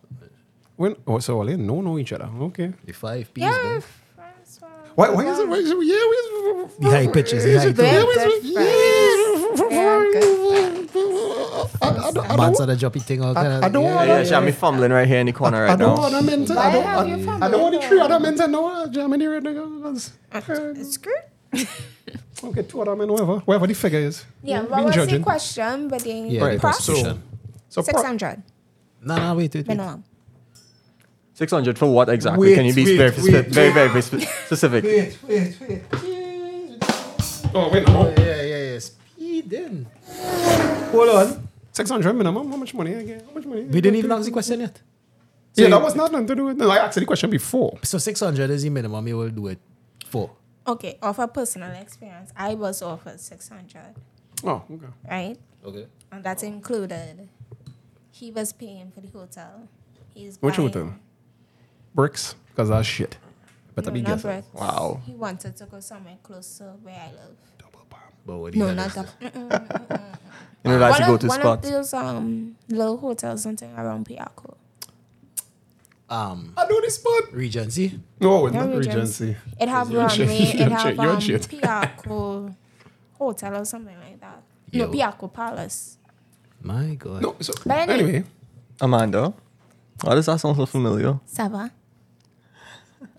When? Oh, so all they know know each other. Okay.
the five P's.
Yeah,
Yeah.
friends.
Why? Why is it? Why is it? Yeah. Why is it
The high pitches, the high
Yeah.
tone.
Why is it?
They're good
Yeah. I, I, don't- I
Bats
don't.
of the droppy thing. all kind of-
I don't
yeah,
wanna-
Yeah, yeah, yeah. I'm fumbling right here in the corner
I
right
don't
now.
want them into.
Why
I don't.
have
I,
you found
I don't want the
it?
three other men to know Germany uh, right now.
Screw.
Okay, two other men, whoever, whoever the figure is.
Yeah,
Been
what was the
judging.
question? But then
Yeah,
Right.
the
price?
So,
prostitution.
so
Six
pro-
hundred.
No, no, wait, wait, wait.
Minimum.
Six hundred for what exactly?
Wait,
can you be
wait,
very,
wait.
spe- very, very, very spe- specific?
Wait, wait, wait. Yeah,
Oh wait, no.
yeah, yeah. Speed in. Hold on.
Six hundred minimum. How much money? I get? How much money?
We didn't even ask the question yet. So
yeah,
you-
that was nothing to do with. No, I asked the question before.
So 600 is the minimum you will do it for.
Okay, of a personal experience, I was offered 600,
Oh, okay.
right?
Okay.
And that's included. He was paying for the hotel. He's
Which
buying-
hotel? Bricks, because that's shit. Better
No,
be
not
guessing.
Brett.
Wow.
He wanted to go somewhere close to where I live.
Double bomb.
But what do you
No,
got
not
is-
that. Mm-mm.
You know, that's
one
a go
of,
to
one
spot.
of those um, little hotels, something around Piaco.
Um,
I know this spot.
Regency.
No, it's not
Regency.
Regency.
It have
You're in
runway.
shit.
It
You're in
have
shit. You're in
um,
shit.
Piaco hotel or something like that. No,
Yo.
Piaco Palace.
My God.
No, so
But anyway.
anyway,
Amanda, why does that sound so familiar?
Sava.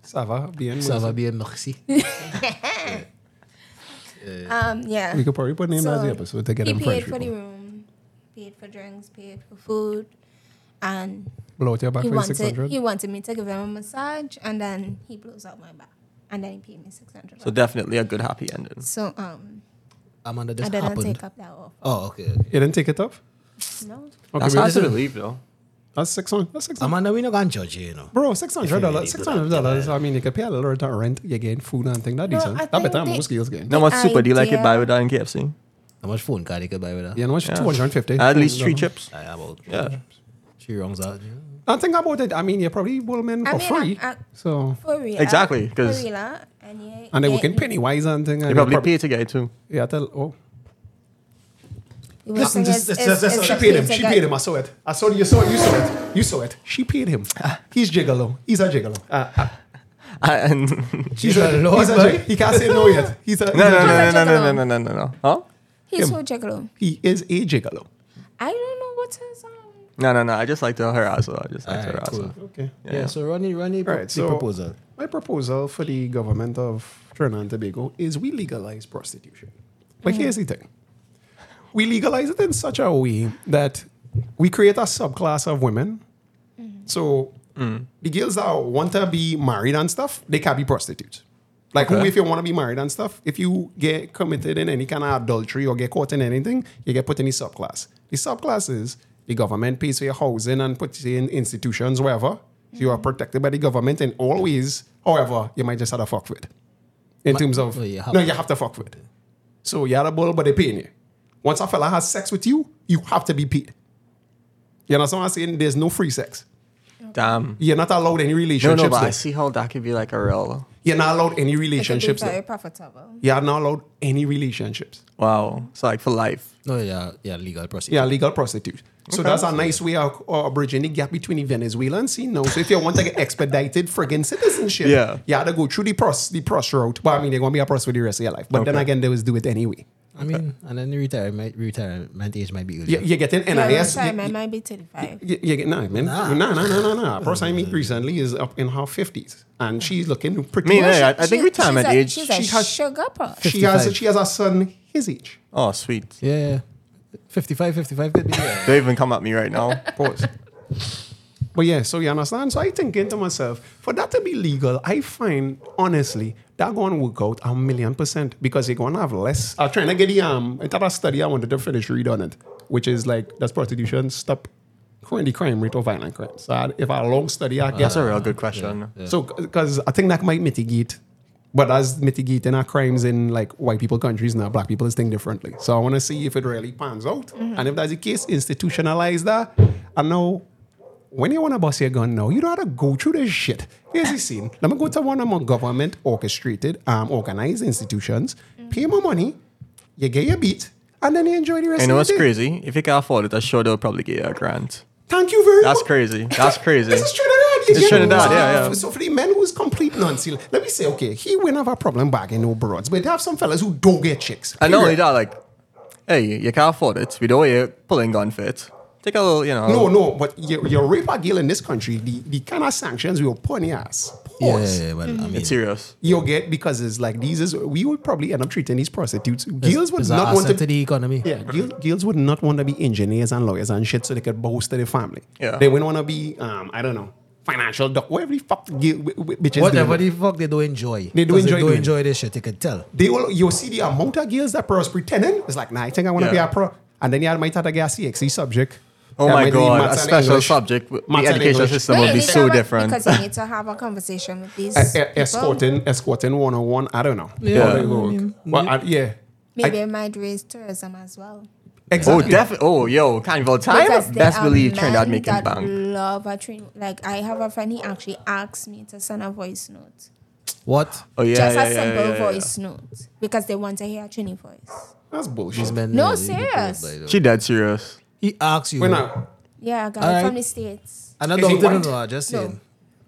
ça va bien.
Ça va bien,
[laughs]
merci.
Um, yeah.
We could probably put name as the
So,
episode to get
He
them French
paid for the
people.
room, paid for drinks, paid for food, and
Blow out your back
he
for
wanted
600.
he wanted me to give him a massage, and then he blows out my back, and then he paid me six hundred.
So definitely a good happy ending.
so um,
Amanda,
I
this
didn't
happened.
take up that offer.
Oh, okay.
You didn't take it off?
No,
Okay,
That's
wait,
hard to
listen.
believe, though.
that's 600. That's 600.
Amanda, we not gonna judge you, you know.
Bro, six hundred dollars.
Definitely
Six hundred dollars. I mean, you can pay a little bit of rent. You gain food and thing. That
No,
decent.
I
That better
think
than
they-
most girls gain.
How much super do you like it buy
idea-
with that in KFC?
How much phone card you can buy with that?
Yeah, how much?
Yeah.
Two hundred and fifty.
At least three chips.
I about
Yeah.
She wrongs out. you know.
And think about it. I mean, you probably will men
I
for
mean,
free.
I- I-
so
for real.
Exactly, 'cause-
for real, ah. and yeah,
and they
yeah,
work in Pennywise and thing.
You
And
probably pay to get it
[laughs]
too.
Yeah, tell. Oh,
it was
listen.
like
This, this,
it's-
this,
it's-
this,
it's
she
a
paid him.
piece of
She
gut.
paid him. I saw it. I saw it. You saw it. You saw it. You saw it. She paid him. He's gigolo. He's a gigolo. Uh,
[laughs] And
he's a,
Lord,
he's a
boy.
gig- He can't say [laughs] no yet. He's a. He's
no,
a
no,
gigolo.
no, no, no, no, no, no, no, no. Huh?
He's so juggalo.
He is a gigolo.
I don't know what his um.
No, no, no. I just like to harass her. I just like to
Alright,
harass her.
cool.
Okay.
Yeah. so Ronnie, Ronnie,
All
pro-
right.
the
So
proposal.
My proposal for the government of Trinidad and Tobago is we legalize prostitution. But here's the thing: we legalize it in such a way that we create a subclass of women. So
Mm.
the girls that want to be married and stuff, they can be prostitutes. Like who,
Okay.
if you want to be married and stuff, if you get committed in any kind of adultery or get caught in anything, you get put in the subclass. The subclass is the government pays for your housing and puts you in institutions, wherever. So you are protected by the government in all ways. However, you might just have to fuck with. In terms of
no, you have
no,
to.
you have to fuck with. So you had a bull, but they paying you. Once a fella has sex with you, you have to be paid. You know, someone saying there's no free sex.
Damn.
You're not allowed any
No,
relationships.
no, but I
there.
see how that could be like a real.
You're not allowed any
It could be
relationships.
very
there.
profitable.
You are not allowed any relationships.
Wow. It's like for life.
No, yeah, yeah, legal prostitute.
Yeah, legal prostitute. So that's a nice way of, of bridging the gap between the Venezuelan scene now. So if you want to
[laughs]
get expedited friggin' citizenship,
Yeah.
you had to go through the pros the pros route. But I mean, they're gonna be a pros for the rest of your life. But then
Okay.
again, they always do it anyway.
I mean, and then the retirement retirement age might be
You,
earlier.
you're getting
Yeah,
NIS.
sorry,
you-
my might be thirty-five.
Y- Yeah, no, man. Nah. Nah, nah, nah, nah, nah. First I
Mm.
meet recently is up in her 50s. And she's looking pretty
Me,
well,
yeah, I, I
She-
think retirement
she's a,
age.
She's a
she has-
sugar puff.
She, she, has,
55.
she has a son his age.
Oh, sweet.
Yeah, yeah. 55, 55 could be. Yeah.
Don't even come at me right now.
Pause. [laughs] but yeah, so you understand? So I thinking to myself, for that to be legal, I find, honestly, that going to work out a million percent because you're going to have less. I'm trying to get the, um, I thought a study I wanted to finish read on it, which is like, does prostitution stop crime- the crime rate of violent crimes? So I- if a long study, I guess
Uh, That's a real good question.
So, because I think that might mitigate, but as mitigating our crimes in like white people countries now, black people is think differently. So I want to see if it really pans out, and if that's the case, institutionalize that. And now, when you want to bust your gun, now you don't have to go through this shit. Here's the scene. Let me go to one of my government orchestrated, um, organized institutions. Pay my money, you get your beat, and then you enjoy the rest.
You know
of
what's
the day.
crazy? If you can afford it, I'm sure they'll probably get you a grant.
Thank you very
That's
much.
crazy. That's crazy.
This is Trinidad. You
It's
get-
Trinidad,
so-
yeah, yeah.
So for the men who's complete nonsense, let me say, okay, he will have a problem bagging no broads, but they have some fellas who don't get chicks.
And not only
Period.
that, like, hey, you can't afford it. We know you're pulling gun for it. Take a little, you know.
No, no, but you you rape a girl in this country, the, the kind of sanctions we will put on your ass.
Yeah,
Pause.
yeah, yeah, but I mean,
It's serious.
You'll get because it's like these is we would probably end up treating these prostitutes. Girls would
it's an
not want
asset
to,
to the economy.
Yeah, girls, girls would not want to be engineers and lawyers and shit so they could boast to their family.
Yeah.
They wouldn't want to be um, I don't know, financial doc whatever the fuck girl, w- w- bitches do.
Whatever the fuck they do enjoy.
They do
'Cause
enjoy
They do
doing
enjoy this shit. You could tell.
they will you see the amount of girls that pros pretending. It's like, eh? nah, I think I want to
Yeah.
be a pro. And then you might have to get a CXC E subject.
Oh
That might
my
be
god, a
maths and
special
English.
subject. The
Maths and
education
English.
system
But
would
you
be
need to
so
have a-
different.
Because you need to have a conversation with
[laughs]
these.
E- e-
people.
escorting, escorting one on one. I don't know.
Yeah.
How they work. Well, I- yeah.
Maybe it might raise tourism as well.
Oh,
Exactly.
definitely. Oh, yo, Carnival
Because
time.
there
Best
are
believe Trinidad
men
making
that
bank.
Love a train. Like I have a friend. He actually asked me to send a voice note,
What?
Oh yeah,
just
yeah,
a
yeah,
simple
yeah, yeah.
voice note, because they want to hear a Trini voice.
That's
These
bullshit.
men
No,
are really good
serious.
by the-
She dead serious.
He asks you.
We're not.
Yeah, a guy
Alright.
from the states.
And I
Is he
don't know.
white?
I uh, just
No.
saying.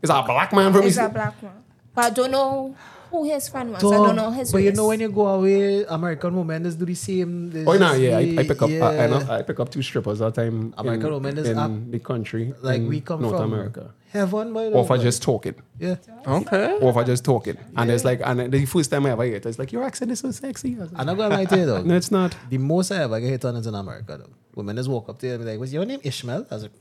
Is that a black man from
He's a
East?
black man, but I don't know who his friend was. I don't know his.
but you know
race.
when you go away, American women just do the same. they
Oh no,
just
yeah, I,
be-
I pick up. uh,
yeah.
I, I, know, I pick up two strippers that time.
American
in,
woman is
in
up-
the country,
like
in
we come
North
from
America.
Heaven, by the
Or if I
way.
just talk it,
yeah.
Okay.
or if I just talk it, and it's like, and the first time I ever hear it, it's like your accent is so sexy. I was like,
I'm not gonna lie to you
[laughs] no,
though.
it's not.
the most I ever get hit on is in America though. Women just walk up to you and be like, "What's your name, Ishmael?" I was like,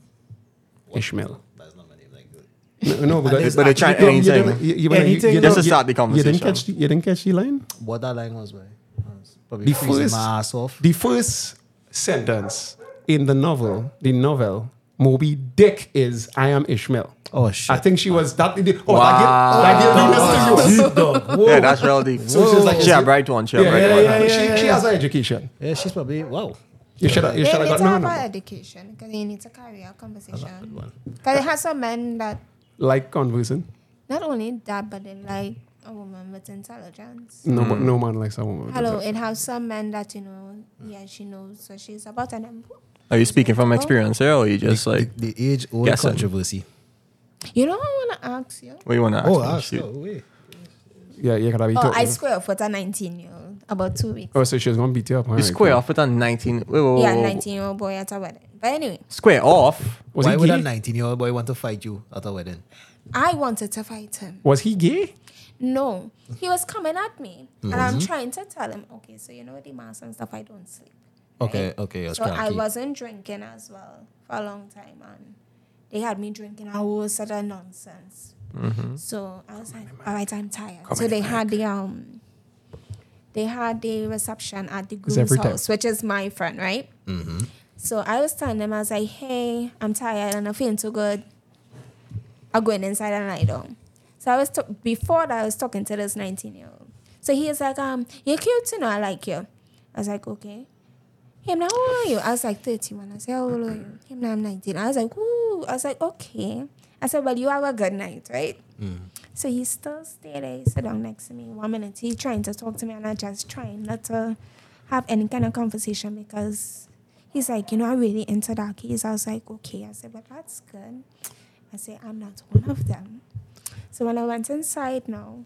Ishmael.
"That's not my name." Like,
No, no because
But they try
you don't- you
anything.
don't- you- you- you-
Anything.
you
Just
don't-
to start the
You
conversation.
didn't catch. The, you didn't catch the line.
what that line was, right? I was probably
The
freezing
first-
my ass off.
The first sentence in the novel, the novel Moby Dick is "I am Ishmael."
Oh
I
shit!
think she was that. Oh, that girl, that girl did this to you. [laughs]
Yeah, that's relative.
So she's like-
she a bright one. She a
Yeah,
bright
yeah,
one.
yeah, yeah, she, she has her education.
Yeah, she's probably wow.
You should have. You
They
should
need
have
to
got
have
no,
an
no.
education because you need to carry a conversation. Because it has some men that
Like conversing.
not only that, but they like a woman with intelligence.
No, but no man likes a woman. with
Hello,
that.
it has some men that you know, yeah, she knows what she's about, and then,
Are you speaking
Oh.
from experience here, or you just like
The age old
Guessing.
controversy.
you know, I want to ask you.
what you want to ask?
Oh,
me?
I
Shoot.
oh, wait.
Yeah, you gotta be
Oh, I
talking.
square off with a 19 year old about two weeks.
Oh, so she was gonna beat you up.
You square off with a 19. Wait, wait, wait,
Yeah,
wait.
19 year old boy at a wedding. But anyway,
Square off.
Was
Why
he
would a
gay?
19 year old boy want to fight you at a wedding?
I wanted to fight him.
Was he gay?
No, he was coming at me, and
Mm-hmm.
I'm trying to tell him, okay, so you know, the mass and stuff, I don't sleep.
Okay, okay, I was
So I
cranky.
wasn't drinking as well for a long time, and they had me drinking a whole sort of nonsense.
Mm-hmm.
So I was like, all right, I'm tired. so they had the um, they had the reception at the groom's
every time.
house, which is my friend, right? So I was telling them, I was like, hey, I'm tired and I'm feeling too good. I'm going inside and lie down. So I was ta- before that I was talking to this 19 year old. So he is like, um, you're cute, you know, I like you. I was like, okay. Him, now how old are you? I was like 31. I said, how old are you? Him, now I'm 19. I was like, ooh. I was like, okay. I said, well, you have a good night, right?
Mm.
So he still stayed there. He sat down next to me. One minute he trying to talk to me, and I just trying not to have any kind of conversation because he's like, you know, I'm really into darkies. I was like, okay. I said, but that's good. I said, I'm not one of them. So when I went inside now,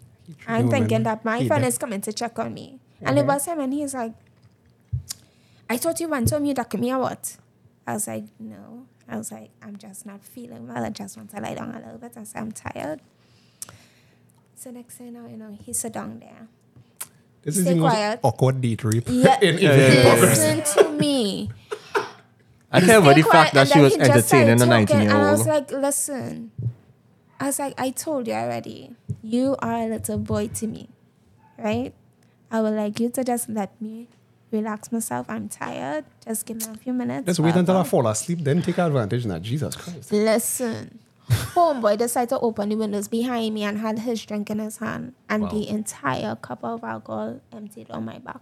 I'm
women.
thinking that my
He
friend
did. Mm-hmm.
is coming to check on me. And it was him, and he's like, I thought you went home, you duck me or what? I was like, no. I was like, I'm just not feeling well. I just want to lie down a little bit. I said, I'm tired. So next thing I know, you know, he sat down there.
This
Stay quiet.
awkward date rape.
Yeah,
[laughs] in, in,
listen to me.
I
Stay
can't believe the
quiet,
fact that
and
she
then
was
he just
entertaining a
started
19
talking,
year
And I was
old.
like, listen. I was like, I told you already. You are a little boy to me, right? I would like you to just let me relax myself. I'm tired. Just give me a few minutes.
Let's wait until I
whatever.
fall asleep, then take advantage. Now, Jesus Christ.
Listen, homeboy decided to open the windows behind me and had his drink in his hand, and the entire cup of alcohol emptied on my back.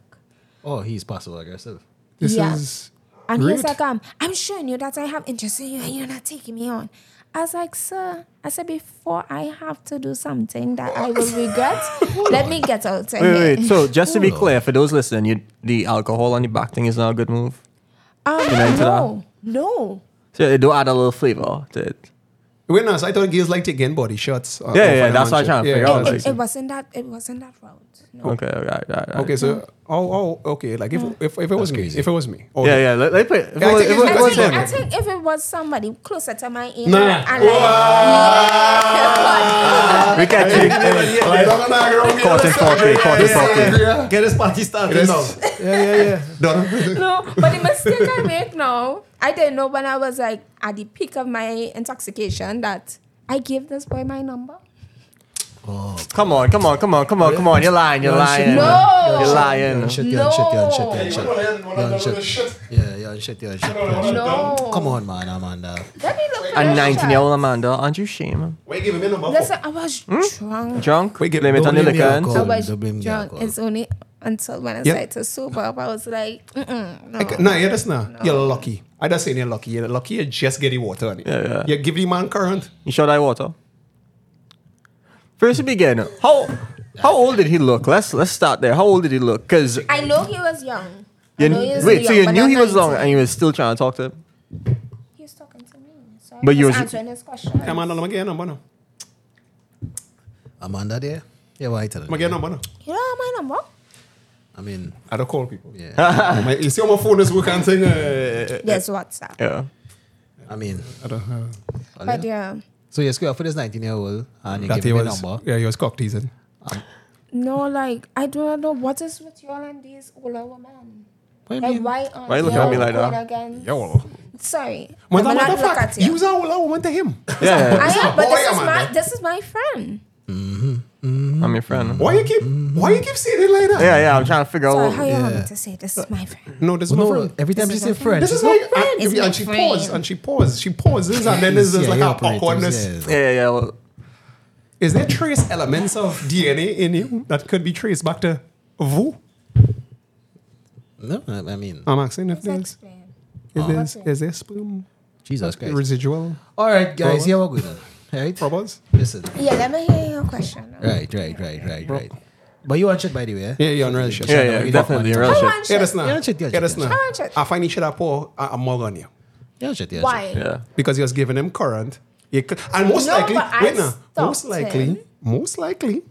Oh, he's passive aggressive.
This
Yeah.
is
And
rude.
he's like, um, I'm showing you that I have interest in you and you're not taking me on. I was like, sir, I said, before I have to do something that I will regret,
[laughs]
let me get out of
Wait,
here.
wait, wait.
[laughs]
So just to be clear, for those listening, you, the alcohol on the back thing is not a good move.
Um,
meant to
no, no.
So it do add a little flavor to it.
Wait, no, so I thought girls uh, like taking body shots. uh,
Yeah,
uh,
yeah, that's
fireman
what I'm
shit.
trying to
Yeah,
figure
yeah,
out,
that's
like- uh,
it.
It wasn't that. It wasn't that route. No.
Okay, all right, all right, all right.
Okay,
Mm.
so oh, oh, okay. Like if if, if it was me,
crazy.
if it was me, oh,
Yeah, yeah. Let, let me put.
Yeah, I think it's
I
What's that?
think, I think if it was somebody closer to my age,
Nah.
and like,
we can take caught in court, we caught in court.
Get his party started
[laughs] no, but the mistake I make now, I didn't know when I was like at the peak of my intoxication that I gave this boy my number.
Come on, come on, come on, come on, come on. You're lying, you're lying.
No.
You're lying.
Shit, yeah, shit, yeah, shit, yeah, shit. Yeah, shit. Yeah, yeah, done shit, you done shit.
No.
Come on, man, Amanda.
Let me look. for
And
that
19
chat.
year old Amanda, aren't you ashamed?
Wait, give him in the muffle.
Listen, I was drunk.
Hmm? Drunk?
Wait, get-
blame it
don't
on the
blame
liquor.
the
and-
I
alcohol.
was
Don't blame the
drunk.
alcohol.
It's only until when I
Yeah.
started to sober up, I was like, mm-mm, no.
Like, nah, yeah, that's not. You're lucky. I just saying you're lucky. You're lucky. You just get the water on it.
Yeah, yeah.
You give the man current.
You shot that water. First we begin. How how old did he look? Let's let's start there. How old did he look? Cause
I know he was young. I
you,
know he was
wait, so
young,
you
but
knew
not
he was
19.
long and you were still trying to talk to him.
He was talking to me. So I
But you
was
was-
answering his question.
Come on, I'm again. I'm gonna.
Amanda there? Yeah, why I tell
I'm
her?
again. I'm gonna.
You don't have my number?
Eh,
I mean,
I don't call people.
yeah.
My, [laughs] you see how my phone is working thing? Uh,
There's WhatsApp. [laughs]
Yeah.
I mean,
I don't know.
But yeah.
so you screw up for this 19 year old and you
That
give
he
him a
was.
number.
Yeah, he was cock teasing.
No, like, I don't know what is with y'all and these older women.
What do you
Like,
mean?
why aren't
Why you looking at me like
going
that?
Again?
Yo.
Sorry.
Mother,
I'm not
mother,
look
fuck.
at
Use
you.
our little woman to him.
Yeah. yeah.
I am, but
boy,
this is, my,
Amanda.
this is my friend.
I'm your friend.
Why you keep? Why you keep saying it like that?
Yeah, yeah. I'm trying to figure
Oh,
So
out.
how you want me
yeah.
to say this is my friend?
No, this is my
No,
friend.
every time
This
she
is
says
my
friend,
This is my friend.
It's
And,
my
she
friend.
paused. And she paused. She pauses, and then there's just like
yeah,
a
operators,
awkwardness.
Yeah, yeah. yeah. Well,
Is there trace elements of DNA in you that could be traced back to vous?
yeah. No, I I mean,
I'm asking if there's
Let's explain.
is this
Okay.
is there sperm
Jesus Christ.
residual
All right, guys,
Robots?
here we go. Right?
robots?
Listen.
Yeah, let me hear your question. now.
Right, right, right, right, right. But you watch it, by the way. eh?
Yeah, you're on real shit.
yeah, yeah,
You got
definitely.
money.
Real
Come
shit.
on,
Yeah,
shit.
that's not.
Yeah, that's it, yeah,
Yeah, that's
that's
not.
it. Yeah, that's it.
I find each other poor. I- I'm more on you
You watch it, you watch
Why?
it.
Yeah.
because he was giving him current. You could, and most
No,
likely,
but I
wait now, most
stopped
likely,
him.
most likely,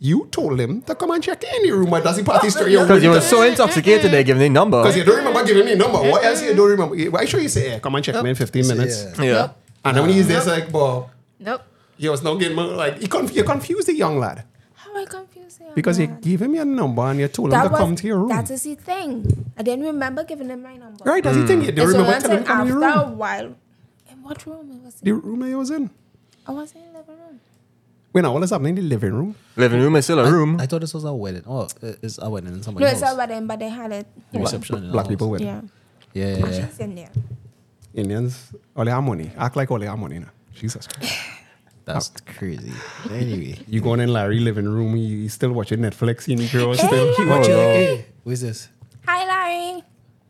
you told him to come and check in the room at Dazzy Party
[laughs]
Studio.
Because you were so intoxicated they giving me number.
Because you don't remember giving me number. What else you don't remember? You- Why should you say, hey, come and check me in 15 minutes?
Yeah.
Yeah.
And then when he's there, it's like, well,
Nope.
you was not getting, money. like, you, conf- you confused the young lad.
How I confuse you?
Because you
man?
gave him your number and you told him
Oh that
to
was,
come to your room.
That is the thing. I didn't remember giving him my number.
right, that's the thing. You
Mm. It's
don't remember
until
telling him to come to
after
your
a
room.
while. In what room I was in?
The room that he was in.
I was in the living room.
Wait, now, what is happening in the living room?
Living room is still a room.
I thought this was a wedding. Oh, uh, it's a wedding in
No,
somebody's
it's
house.
a wedding, but they had it.
Reception in a
Black
house.
people with
Yeah. Oh,
Yeah, yeah, yeah.
She's in there.
Indians. All their money. Act like all their money now. Jesus Christ.
That's crazy. Anyway.
[laughs] you going in Larry living room, he- he's still watching Netflix in Joe still.
Larry.
watching-
Hey, who's this?
Hi, Larry.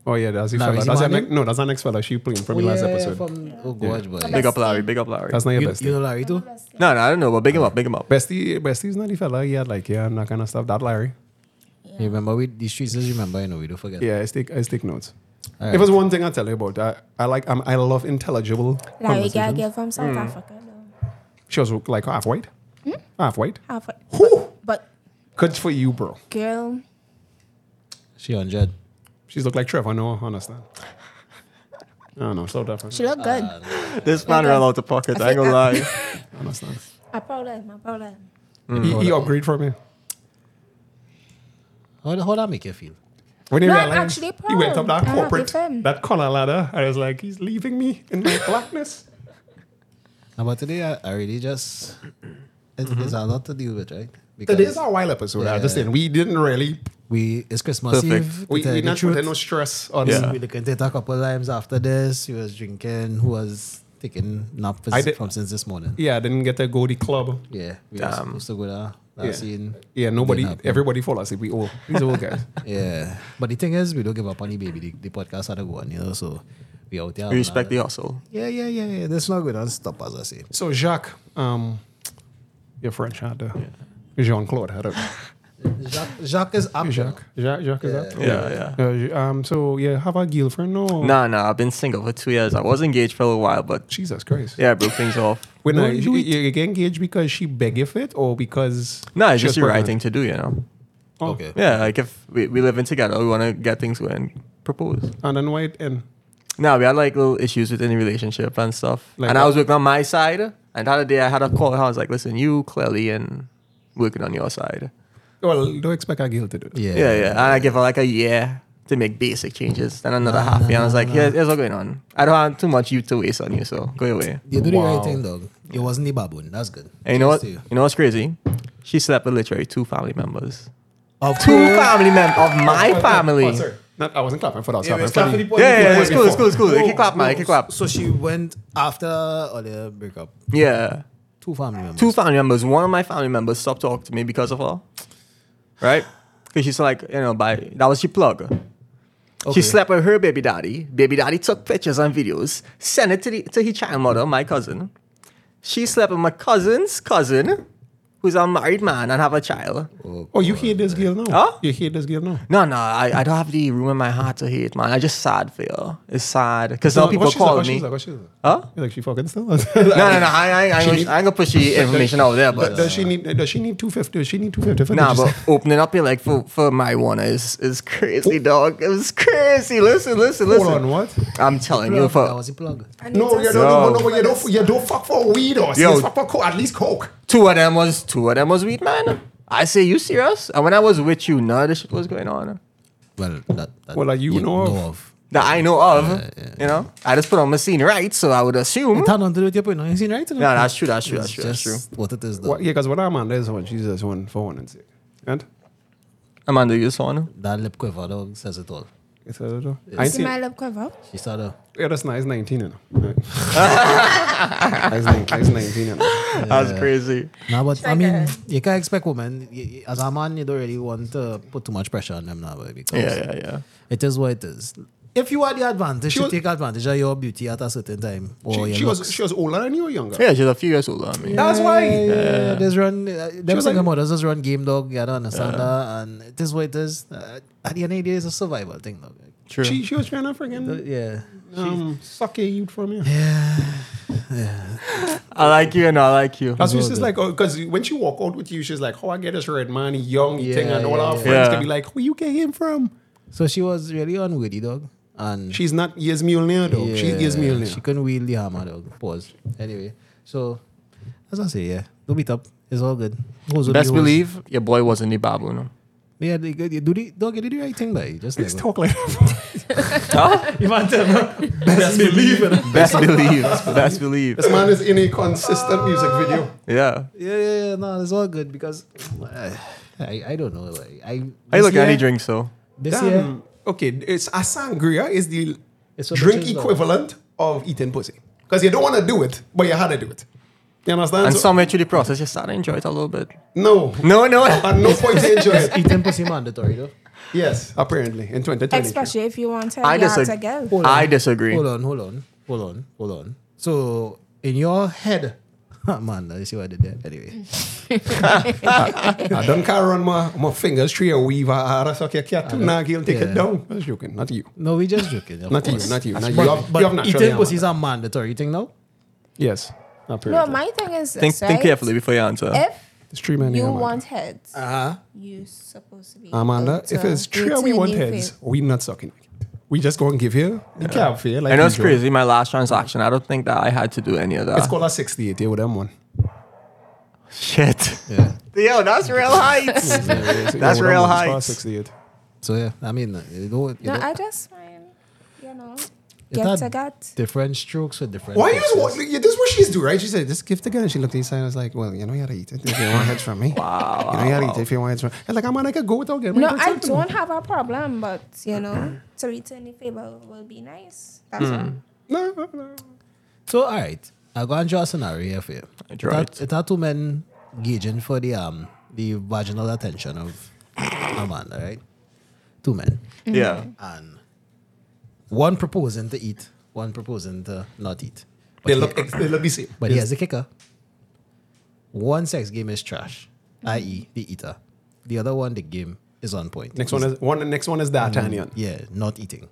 Oh yeah, that's the
Larry,
fella.
is he
That's our
my
next, no, that's our next fella she playing from the last episode.
From, oh, God, boy.
Big up Larry. Big up Larry.
that's not your
You,
bestie.
you know Larry too?
No, no, I don't know, but big him up. Big him up.
bestie bestie's not the fella, yeah, like yeah, and that kind of stuff. That Larry.
You remember we, the streets, just remember, you know, we don't forget.
Yeah, I stick I stick notes.
Alright.
If there's one thing I tell you about, I, I like I'm, I love intelligible
Larry
conversations.
Gaga from South Africa. No.
She was like half white.
Hmm?
Half white.
Half a,
Whew.
but
Good for you, bro.
girl,
She on Jed.
She's look like Trevor, no, I understand. I don't know, so different.
she looked good.
This man ran out of pocket. I ain't
[laughs]
gonna
I
lie.
I understand.
I proud of him. I proud of him.
Mm,
He, he upgrade from me.
How, how that make you feel?
When he
No, I'm
realized
actually
he went up
proud.
that
I'm happy
corporate,
for him.
that corner ladder, I was like, he's leaving me in my blackness.
Now, but today I, I really just it's,
Mm-hmm.
it's a lot to deal with, right? Because
Today's our wild episode. I understand. We didn't really,
we it's Christmas
Perfect.
Eve.
we,
to tell
we
you
not
the truth.
put no stress on
Yeah.
We looked at a couple times after this. He was drinking. Who was taking nap
I
for,
did-
from since this morning?
Yeah, I didn't get to go to club.
Yeah, we were
Damn.
supposed to go there. That
Yeah.
scene.
Yeah, nobody,
Didn't happen.
everybody fall asleep. We all, these old guys.
Yeah, but the thing is, we don't give up on the baby. The, the podcast had a go on, you know. So we out there.
We respect the hustle.
Yeah, yeah, yeah, yeah. That's not good. I'll stop as I say.
So Jacques, um, your French had uh, Jean Claude had [laughs] it.
Jacques, Jacques is up.
Jacques, Jacques, Jacques is that?
Yeah, yeah.
Uh, um, so yeah, have a girlfriend? No.
Nah, nah. I've been single for two years. I was engaged for a while, but
Jesus Christ.
yeah, I broke things off.
When
No,
I,
do
you, you get engaged because she beg if it or because
No, it's
she
just
was
your right
pregnant?
thing to do, you know.
Oh,
Okay.
Yeah, like if we we living together, we want to get things going, propose.
And then why it end?
Nah, we had like little issues within the relationship and stuff.
Like
and I
what?
was working on my side, and the other day I had a call. And I was like, "Listen, you clearly and working on your side."
Well, don't expect a girl to do that.
Yeah,
Yeah, yeah. And I give her like a year to make basic changes, then another half year. I was like, "Here's, here's what's going on. I don't have too much youth to waste on you, so go your way."
You do the
Wow.
right thing, dog. It wasn't the baboon. That's good.
And you know
Cheers
what?
to
You know what's crazy? She slept with literally [laughs] two family members.
Of
Two family members of my
Oh,
family.
sorry. Not, I wasn't clapping for that. I was
Yeah,
clapping
it's
for the-
clapping for the-
Yeah, yeah,
Point
it's cool, it's
before.
cool, it's cool. They can clap, man. They
No,
can clap.
So she went after or their breakup.
Yeah.
Two family members.
Two family members. One of my family members stopped talking to me because of her. Right? Because she's like, you know, by that was she plug.
Okay.
She slept with her baby daddy. Baby daddy took pictures and videos, sent it to the to his child mother, my cousin. She slept with my cousin's cousin, who's a married man and have a child.
Oh, you hate this girl now?
Huh?
You hate this girl now?
No, no, I, I don't have the room in my heart to hate, man. I just sad for her. It's sad because now
What
Oh, people
she's like,
call
what
me.
she's like, what she's like?
Huh?
You're like she fucking still.
No, no, no. I, I, I, ain't gonna- I ain't gonna push the information out there,
[laughs]
but
does she need? Does she need two fifty? Does she need two fifty for
Nah,
digits?
but opening up your leg for, for marijuana is is crazy, dog. It was crazy. Listen, listen, listen.
Hold on, what?
I'm telling you,
Plug, that
for
was a plug.
And
No,
it's
you
a
don't. No,
No.
no, no, you don't. You don't fuck for weed or
Yo.
fuck for coke, at least coke.
two of them was two of them was weed, man. I say, you serious? And when I was with you, none of this shit was going on
Well, that, that
Well, like, you know of.
that I know of. You know, I just put on my scene right, so I would assume.
It had nothing to do with your point. No, you seen right?
no, that's true. That's true.
It's
That's true. That's true.
just What it is, though.
What, yeah, because what I'm on is one. She's just one for one and six. And
Amanda, you saw no?
That lip quiver dog says it all.
it's a little. I ain't
See
seen.
my lip cover?
She started.
Yeah, that's nice. Nineteen, you
[laughs]
know. Right. That's nine- that's nineteen, you know.
That's crazy.
Nah, but I
like
mean,
a-
you can't expect women y- y- as a man. You don't really want to put too much pressure on them now, boy, because
Yeah, yeah, yeah.
it is what it is. If you are the advantage,
She
you
was-
take advantage of your beauty at a certain time.
Oh,
Or
She,
your
she was
looks.
she was older than you or younger.
Yeah, she's a few years older than me.
That's why.
Yeah, there's run. Uh, them
was
single
like-
mothers just run game dog. You don't understand that, and it is what it is. Uh, at the end of the day, it's a survival thing, dog.
True.
She she was trying to freaking
Yeah,
um, suck your youth from you.
I like you and I like you.
That's just like, because when she walk out with you, she's like, "How I get this red man, he young he thing,"
Yeah,
and all
yeah,
our
yeah.
friends
Yeah.
can be like, "Where you get him from?"
so she was really unwieldy, dog, and
She's not years Mjolnir though. She's years Mjolnir.
She couldn't wield the hammer, dog. Pause. Anyway, so as I say, yeah, don't beat up. It's all good. Hoes will
Best
be hoes.
believe your boy wasn't the babu, no?
Yeah, they good. You do the dog. You do the right thing, by just
Let's
never.
talk like that. Best believe it.
Best believe. Best believe.
This man is in a consistent music video.
Yeah.
[laughs] Yeah, yeah, yeah. No, it's all good because [sighs] uh, I, I don't know. Like, I
I
this
look at
year-
any drink, so.
This year,
Damn. Okay, it's a sangria is the
It's what
drink
bitches love.
equivalent of eating pussy because you don't want to do it, but you had to do it. You understand?
And
So-
somewhere through the process, you start to enjoy it a little bit.
no,
No, [laughs] no.
at no point you enjoy it.
eating pussy mandatory though.
Yes, apparently in 2020.
Especially if you want her,
I
you have to
disagree.
go.
Hold
I
on.
disagree.
Hold on, hold on, hold on, hold on. So in your head, [laughs] man, you see what I did there. Anyway,
I don't carry on my, my fingers through a weave. I, I suck your cat. Nah, he'll take it
Yeah.
down. I was joking. Not you.
no, we just joking. of
Not you.
course.
Not you. Not you.
But,
You have,
but
you have naturally
eating
a
pussy is a
man.
mandatory thing now.
Yes.
No,
Apparently.
my thing is
Think,
this,
think
right?
carefully before you answer.
If
it's three men.
you
yeah, man.
want heads,
Uh-huh.
you supposed to be.
Amanda,
out
if
to
it's true we
retain
want
your
heads,
faith.
we not sucking. it. We just go and give you the cab fare. Like
I know it's
usual.
crazy. My last transaction, I don't think that I had to do any of that.
It's called a 68 yeah, with them
[laughs]
one.
Shit.
Yeah.
[laughs] Yo, that's real heights. That's real heights.
high. 68.
So yeah, I mean, uh, you know, you
No,
know
I just find, you know,
It
get
had-
to gut.
different strokes with different.
Why is
faces.
what? Yeah, this is what she's doing, right? She said, "Just give the gun." And she looked inside. and was like, "Well, you know, you gotta eat it if you want heads from
[laughs]
me. Wow. You know, you gotta eat it if you want heads from." me. And like, I'm gonna go without getting my
No,
dick
I
sucked.
don't have a problem, but you know,
Mm-hmm.
to return the favor will be nice. That's
Mm.
all.
No, no, no.
So all right, I go and draw a scenario here for you.
I
It
draw
had,
it.
it had two men gauging for the um the vaginal attention of Amanda, right? Two men.
[laughs] Yeah.
and one proposing to eat, one proposing to not eat. But,
They
he-
look, they look the same.
but here's the kicker: one sex game is trash, i.e., the eater. The other one, the game is on point.
Next one is one. The next one is D'Artagnan.
yeah, not eating.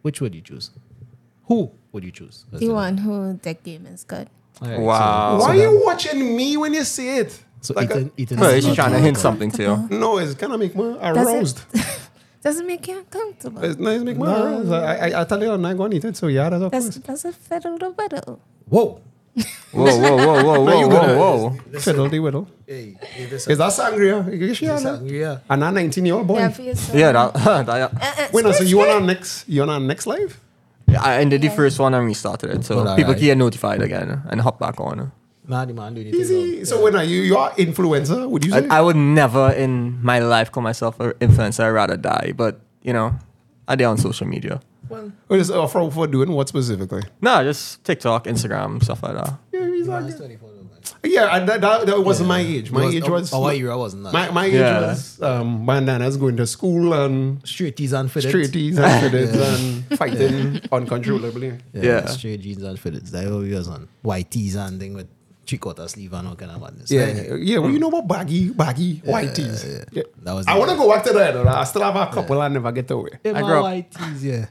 Which would you choose? Who would you choose? That's
The
it.
one who the game is good.
All right,
Wow.
Why are you watching me when you see it?
So, so
Like,
eating, eating.
Bro,
is
she's
not
trying to
on
hint
point.
something to you.
uh, no, it's gonna make me
Does
aroused.
it [laughs] doesn't make you uncomfortable?
It's nice make me aroused. I, I, I tell you, I'm not going to eat it. So yeah, that's of
Does
course.
does it fiddle the widdle?
Whoa.
Whoa, whoa, whoa, [laughs] whoa,
you
whoa,
gonna-
whoa, whoa.
Fiddle the whittle.
Hey, hey, this
Is that sangria? You sure?
is sangria.
And a 19 year old boy.
Yeah, for yourself.
Yeah, that, [laughs] that,
Uh-uh,
Wait, no, so
excuse
you on
me.
our next, you on our next live?
I ended the first one and restarted it, so
Well,
people
alright.
can get notified again and hop back on.
Nah, the man do anything wrong.
Easy. So when are you? You are influencer. Would you say?
I, I would never in my life call myself an influencer. I'd rather die, but you know, are they on social media?
Or just uh, for, for doing what specifically?
No, just TikTok, Instagram, stuff like that.
Yeah, he's
I
like,
was 24 though, man.
yeah I- that, that, that wasn't my age. My
It was-
age
oh,
was.
oh, what year I was not.
my, my age
Yeah.
was um, bandanas going to school and
straight tees unfitted.
straight tees and
[laughs]
fitteds and fighting uncontrollably.
Yeah,
Yeah.
straight jeans unfitted. That what we was on. White tees and thing with three quarter sleeve and all kind of madness.
Yeah,
Like,
yeah. Well, you know about baggy, baggy white tees.
Um, yeah.
Yeah.
That was
I
the-
want to go back to that. though. I still have a couple I never get away.
Yeah,
I
my
grew up-
white tees, yeah.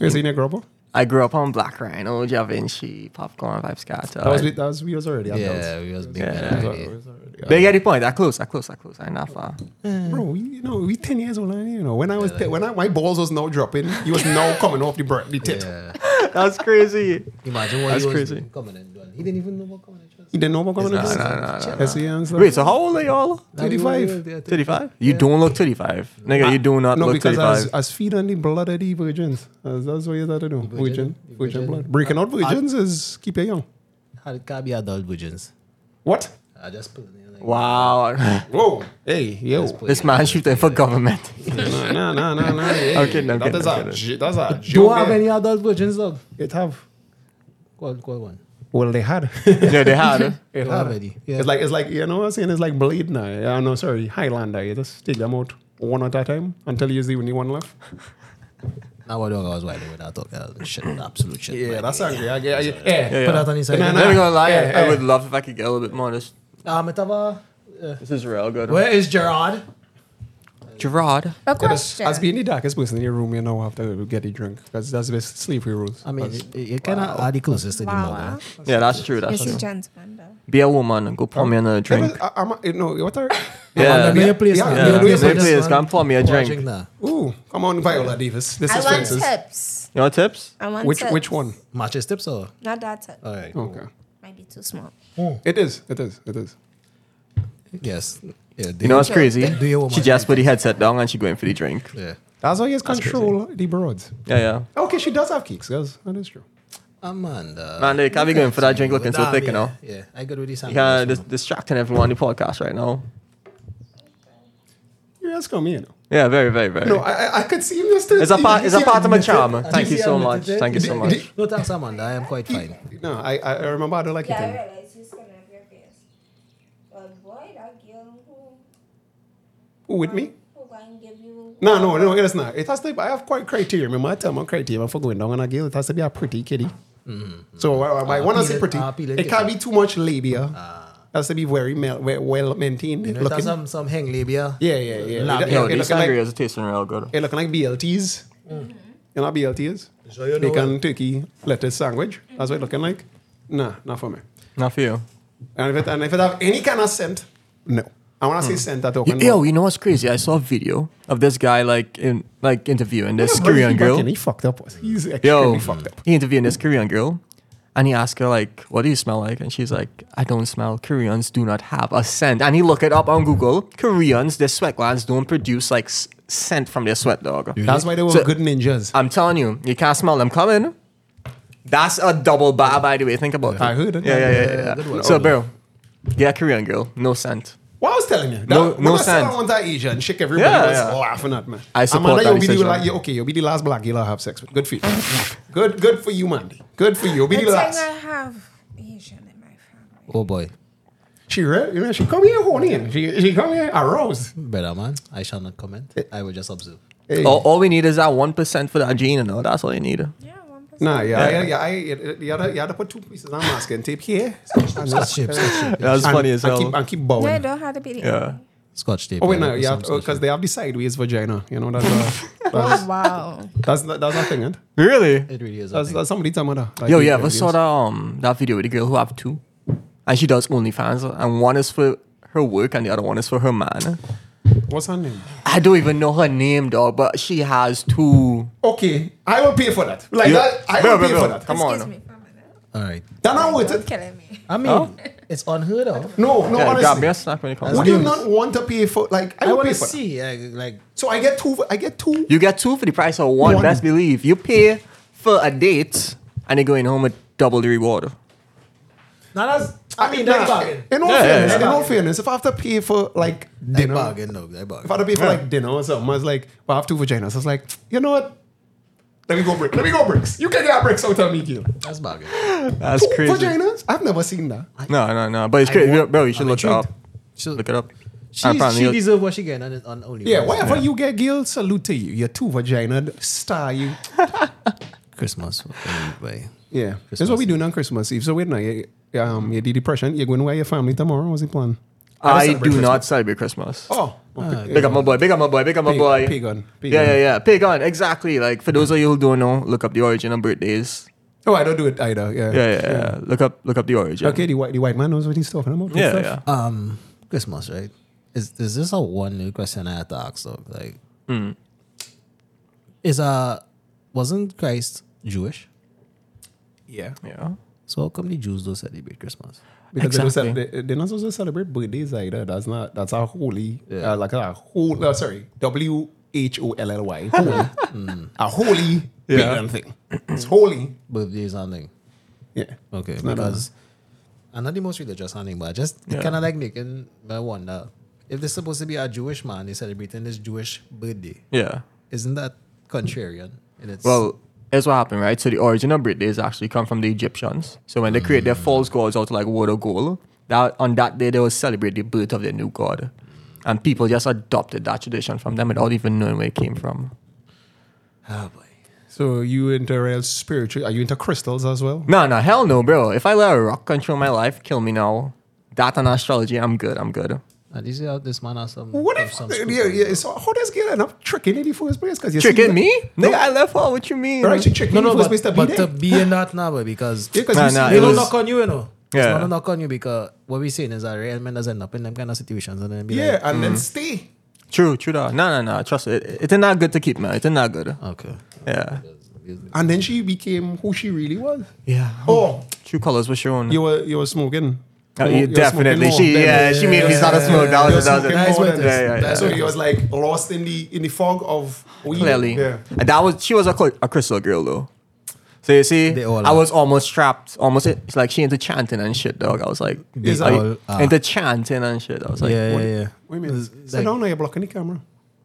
You seen that, Grubble?
I grew up on Black Rhino, Da Vinci, Popcorn, Vibe Scatter.
That was that was we was already
Yeah, we was big
Yeah.
yeah. that
adults. We was
idea.
already adults.
They get the point. I close, I close, I close. I not far.
Bro, we, you know, we ten years old. and, You know, when I was te- when I, my balls was now dropping, he was now coming off the breath, the tit.
Yeah.
[laughs] That's crazy.
Imagine what
That's
he was
crazy.
doing, coming and doing. He didn't even know what coming and was.
He didn't know about coming
Nah,
off.
nah, nah, nah,
That's the answer.
Wait, so how old are y'all?
Now we were-
35.
we were there,
35? You don't look 35. Nigga, you do not
no,
look
because
35.
I was, I was feeding the blood of the virgins. That's, that's what you had to do. Virgin,
Virgin,
virgin,
virgin.
blood. Breaking out virgins is keep you young.
Had can't be adult virgins.
What?
I just put it in like,
wow. [laughs]
Whoa! Hey, yo!
this man shooting for government.
Nah, nah, nah, nah, [laughs] nah. Hey,
I'm kidding, I'm
that
kidding,
is
I'm
a
kidding.
j- That's a
Do you
joke.
have
eh?
any adult virgins, dog?
It have.
Go on, go on. one.
Well, they had.
yeah, they had it.
[laughs] It
Go
had.
on, Eddie. Yeah.
It's like it's like you know what I'm saying. It's like Blade now. Yeah, no, sorry, Highlander. You just take them out one at a time until you see only one left.
Now what dog I was whining with that dog. That was Shit, absolute shit. man.
angry. I get. Yeah,
Put that on his side.
Nah, nah.
Never gonna lie,
Yeah,
I
yeah.
would love if I could get a little bit more. This,
Ah, Metava, uh,
this is real good.
where is Gerard?
Gerard.
A
That's,
question.
that's being the darkest person in your room, you know, after you get a drink. That's that's the best sleepy rules.
I mean, you- you kind of are the closest to the
Wow,
mother.
wow.
Yeah, that's true.
You
That's
see,
true.
gentleman though.
Be a woman. Go pour me another drink.
Never- I, I'm, you know what are? [laughs]
Yeah.
Yeah, yeah, please,
Yeah,
Yeah,
yeah,
please,
yeah.
please, come pour me a drink. You
now.
Ooh, come on, Viola Davis. This
I
is
want
Francis.
tips.
want tips?
I want
Which
tips.
which one?
Matches tips or?
Not that tip.
All right.
Okay,
Might be too small.
it is. It is. It is.
Yes. Yeah. do
You know what's crazy?
Do you want
She
my
just put the headset down and she going for the drink.
Yeah.
That's why he has control the broads.
Yeah, yeah.
Okay, she does have kicks. Yes, that is true.
Amanda.
Man, they can't be going for that drink looking so
Nah,
thick,
yeah,
you know?
Yeah. I got with this.
You kind of dis- distracting everyone on the podcast right now.
You ask me, you know.
Yeah, very, very, very.
No, I I- I could see him just.
it's a part. It's a part of my charm.
Did
Thank
you
you
see
so
I
much.
admitted it?
Thank you so
Did-
much.
did-
No thanks, Amanda. I am quite fine.
No, I I I remember I don't like it.
Yeah, I
him.
realize you skin up your face. But boy, that girl who,
Who with me?
who going to give you.
No, no, no, it's not. It has to. I have quite criteria. Remember, I tell my criteria for going down on a girl. It has to be a pretty kitty.
Mm-hmm.
So I, I, I want to
appealing-
say pretty.
appealing
it can't
kitty.
be too much labia.
Ah.
it has to be very mel- we- well maintained.
You know, that's
looking.
some some hang labia.
yeah, yeah, yeah.
Labia.
It-
Yo,
it, it looking
these
like,
sangrias are tasting real good.
it looking like BLTs. You know, BLTs.
So you know
Bacon, turkey, lettuce sandwich. e That's what it looking like. Nah, not for me.
Not for you.
And if it, and if it have any kind of scent, no. I want to say scent. I don't.
Hmm. Yo, you know what's crazy? I saw a video of this guy like in like interviewing this Korean girl.
He fucked up. was he? [laughs] He's extremely
Yo,
fucked up.
he interviewed this Korean girl, and he asked her like, "What do you smell like?" And she's like, "I don't smell. Koreans do not have a scent." And he looked it up on Google. Koreans, their sweat glands don't produce like s- scent from their sweat dog.
That's why they were
So-
good ninjas.
I'm telling you, you can't smell them coming. That's a double bar, by the way. Think about
I
it.
heard it.
Yeah, yeah, yeah. yeah,
good
yeah.
one.
So, bro, yeah, Korean girl, no scent.
What I was telling you. That,
No-
when
no
I said I
sense.
want that Asian chick, everybody
Yeah,
was
yeah.
laughing at me.
I support that
you'll be the,
decision.
like, yeah, okay, you'll be the last black girl I have sex with. Good for you. good, good for you, Mandy. Good for you. You'll be
The
the,
thing I
last.
have Asian in my family.
Oh boy,
She, re- you know, she come here horny. and She, she come here aroused.
better man. I shall not comment.
Eh.
I will just observe.
Hey.
All, all we need is that one percent for that gene, and all that's all you need.
Yeah, one percent.
Nah, yeah, yeah, yeah. I, you, had to, you had to put two pieces of masking tape
[laughs]
here.
Scotch tape. Scotch tape.
That's funny as
And keep,
hell.
and keep
No, it
bowing.
don't have to be the
Yeah.
Scotch tape.
Oh wait,
yeah,
no,
put
you
some
have
scotch
because they have the sideways vagina. You know that's
[laughs]
a,
Oh,
that's
wow.
that's not- that's nothing. Eh?
Really?
tape. It really is. a
That's,
thing.
that's somebody talking about that. Like,
Yo,
yeah,
yeah, ever
yes.
saw that um that video with the girl who have two, and she does OnlyFans, and one is for her work, and the other one is for her man.
What's her name?
I don't even know her name, dog, but she has two.
Okay, I will pay for that. Like
You-
that, I
Bro,
will
bro,
pay
bro,
for that.
come
Excuse
on.
me for a minute.
All right.
That not worth
Don't
it.
kill me.
I mean, it's on her though.
No, no,
Yeah, grab me a
honestly.
snack when you come.
Would
back.
you not want to pay for like I,
I
will
want
pay
to
for that.
see. Like, like
So I get two. I get two.
You get two for the price of one,
One.
best believe. You pay for a date and you're going home with double the reward.
now that's I mean, that's bargain.
In all
Yeah,
fairness,
yeah,
in
yeah.
all fairness, if I have to pay for like
They
dinner,
bargain, no, they
if I had
bargain.
to pay for like dinner or something, I was like, well, I have two vaginas. I was like, you know what? Let me go break. Let me go bricks. You can get bricks out of me, Gil.
That's [laughs] bargain.
That's
Two
crazy.
Vaginas? I've never seen that.
No, no, no. But it's crazy,
want-
bro. You should
I'm
look it
intrigued.
up.
So-
Look it up.
She,
And apparently
she
it-
deserves what she getting on, on only.
Yeah, whatever you get, Gil, salute to you. You're two vagina star. You.
Christmas. fucking way.
Yeah, this is what we doing on Christmas Eve. So wait, now, you, um, you the depression. You're going away with your family tomorrow. What's the plan?
I
celebrate
do not celebrate Christmas.
Oh, okay.
Big up my boy, big up my boy, big up my
Pig-
boy.
Pagan, pagan.
Yeah, yeah, yeah. Pagan, exactly. Like for those of you who don't know, look up the origin of birthdays.
Oh, I don't do it either. Yeah,
Yeah, yeah, yeah. Look up look up the origin.
Okay, the white the white man knows what he's talking about. Good
Yeah,
stuff.
yeah.
Um, Christmas, right? Is is this a one new question I had to ask? Though, like, is uh, wasn't Christ Jewish?
yeah.
Yeah.
So how come the Jews don't celebrate Christmas?
Because they don't
Exactly.
cel- they, they're not supposed to celebrate birthdays either. That's not that's a holy uh, like a whole uh, sorry W H O L L Y holy a holy
Yeah.
pagan thing. It's holy.
Birthdays and thing.
Yeah.
Okay,
It's not
because I'm not the most religious thing, but just
Yeah.
kind of like making me wonder if there's supposed to be a Jewish man is celebrating his Jewish birthday.
Yeah.
Isn't that contrarian? And it's
Well, here's what happened, right? So the origin of birthdays actually come from the Egyptians. So when they create their
Mm.
false gods out of like wood or gold, that on that day they will celebrate the birth of their new god. And people just adopted that tradition from them without even knowing where it came from.
oh boy.
So you into real spiritual? Are you into crystals as well?
No, no, hell no, bro. If I let a rock control my life, kill me now. That and astrology, I'm good. I'm good.
And you see how this man has some.
What
have
if?
some scoop
Yeah,
on
yeah.
it.
So how does Gail end up tricking in the first place? Because
Tricking me?
No,
Nigga, I left out. What you mean?
right? She tricking
No,
no,
no,
in the
but,
first place to be
but to
there.
be in that now, but because
Yeah, 'cause
Nah,
you see-
nah,
they
it
don't
was-
knock on you, you know. It's
Yeah.
not a knock on you because what we're saying is that real men doesn't end up in them kind of situations and then be
yeah,
like,
and then stay.
True, true. Though. No, no, no. Trust it. It's not good to keep, man. It's not good.
okay.
Yeah.
And then she became who she really was.
Yeah.
Oh,
True colors were shown.
you were you were smoking.
Uh,
You
yeah,
were smoking
definitely.
more
She
than-
yeah, she made me start to smoke. That
You were
was that was
smoking
it.
more
way
than-
to-
Yeah, yeah,
That's
yeah.
why he was like lost in the in the fog of weed.
Clearly.
Yeah.
And that was she was a, cl- a crystal girl though. So you see,
They all
I
are.
was almost trapped. Almost it's like she into chanting and shit, dog. I was like,
They
like,
all are.
into chanting and shit. I was like,
yeah,
what-
yeah, yeah.
Wait a minute.
It's
Sit
like-
down now. You're blocking the camera.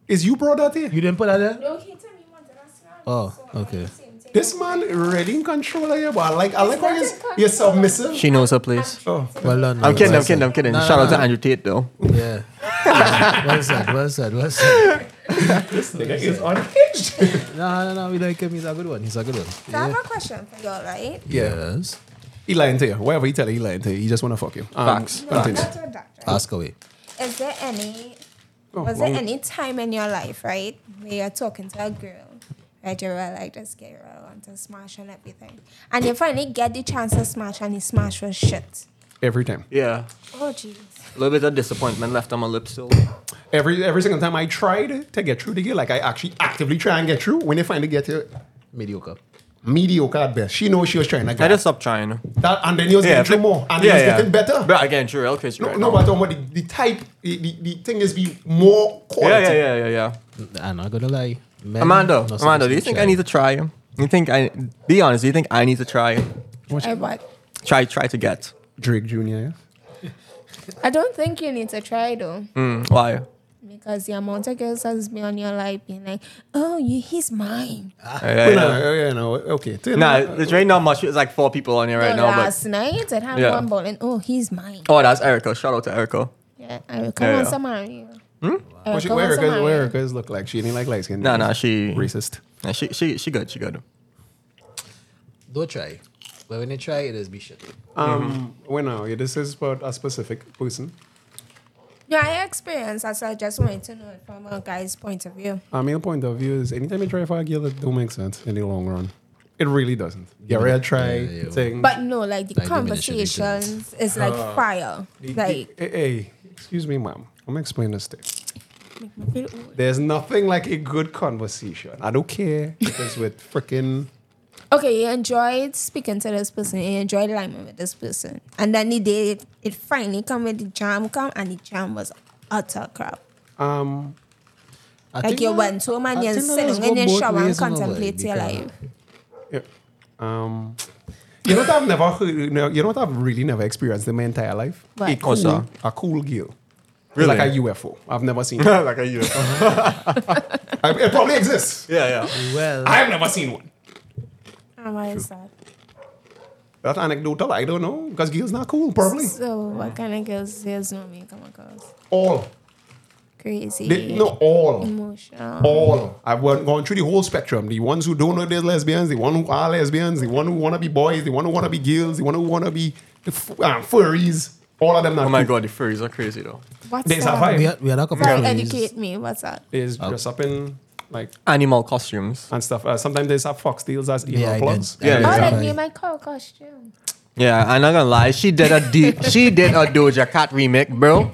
Is you brought that here?
You didn't put that there?
No, he tell me what the last round.
Oh,
so I'm
okay.
the same thing.
This man really in control of you, but I like I like how you're,
It's not in
you're
control.
submissive.
She knows her place.
oh.
Well done.
I'm
well
kidding, I'm
done.
kidding, I'm kidding.
No,
Shout
no,
out to
no.
Andrew Tate though. [laughs]
Yeah. yeah. Well said, well said, well said.
This nigga is unhinged.
No, no, no, we like him. He's a good one. He's a good one.
So I have a question for y'all, right?
Yes.
he lying to you. Whatever he tell you, he lying to you. He just want to fuck you. Um,
Facts.
continue.
Not to a doctor.
Uh,
Ask away.
Is there any
Oh,
was there
long-
any time in your life, right, where you're talking to a girl, right? You were like, this girl I want to smash and everything, and you finally get the chance to smash, and the smash was shit.
Every time.
Yeah.
Oh jeez.
A little bit of disappointment left on my lips still.
Every every single time I tried to get through the gear, like I actually actively try and get through, when they finally get here,
Mediocre.
mediocre at best. She knows she was trying to
I
get
just stopped trying.
that, and then you was getting
but-
through more, and you was getting better.
But again, true, real crazy.
No,
right
no,
now.
but I'm talking about the, the type, the, the, the thing is be more
yeah,
quality.
yeah, yeah, yeah, yeah.
I'm not gonna lie. Men
Amanda,
not
Amanda, do you
supposed
think
try.
I need to try? You think I? Be honest. Do you think I need to try?
I, what?
Try, try to get.
Drake Jr. Yeah?
I don't think you need to try though.
Mm, why?
Because the amount of girls that's been on your life being like, oh, you, he's mine.
Yeah,
Well,
yeah.
no, yeah, no, okay. Tell
Nah,
me-
it's really not much. It's like four people on here right
No,
now. But
Oh, last night, I had
Yeah.
one ball and oh, he's mine.
oh, that's Erica. Shout out to Erica.
Yeah, Erica
Yeah, Hmm?
wants
yeah.
to marry you.
what she,
Erica
where
wants to
Erica,
marry
where
you.
Erica's look like? She ain't like light skin.
Nah, nah, she.
Racist.
Nah, she, she, she good. She good.
Don't try. But when you try, it is be shit.
Mm-hmm.
Um, well, no, yeah, this is about a specific person.
Yeah, I experienced that, so I just wanted to know it from a guy's point of view.
I mean, the Uh, point of view is anytime you try for a girl, it don't make sense in the long run. It really doesn't. Yeah, real try
yeah, yeah.
thing.
But no, like the
Like diminishing
conversations is like fire. Like,
hey, hey, excuse me, ma'am. I'm explaining this thing.
make me feel old.
There's nothing like a good conversation. I don't care if it's with
[laughs]
freaking.
okay, you enjoyed speaking to this person, you enjoyed alignment with this person, and then the day it, it finally come with the jam come, and the jam was utter crap.
Um,
I
Like
think
you
that-
went home
I
and you're
think that
sitting
does
in
go
your
both
shower and
ways, you know, like,
contemplate your
because-
life.
yeah, um,
You know what I've never heard, no, you know what I've really never experienced in my entire life?
What?
A cool,
Osa.
a cool girl.
Really?
[laughs]
Like a UFO. I've never seen it.
like a UFO.
I- it probably
[laughs]
exists.
yeah, yeah.
Well,
I've never seen one.
And why is that?
That's anecdotal. I don't know. Because girls not cool, probably.
So what kind of girls there's no me come across?
All.
Crazy.
They, no, Oh. all.
Emotional.
All. I've gone, gone through the whole spectrum. The ones who don't know they're lesbians, the one who are lesbians, the one who want to be boys, the one who want to be girls, the one who want to be the f- uh, furries. All of them not
Oh my
cool.
god, the furries are crazy though.
What's
They
that?
survive.
we had, we had a couple
Sorry,
of
educate me. What's that?
Is dress up in like
Animal costumes.
and stuff. Uh, sometimes they have fox deals as emo
Yeah, I
plugs.
did.
Yeah,
Oh,
yeah.
like
Sorry.
me and my cow costume.
Yeah, I'm not gonna lie. She did a deep, she did a Doja Cat remake, bro.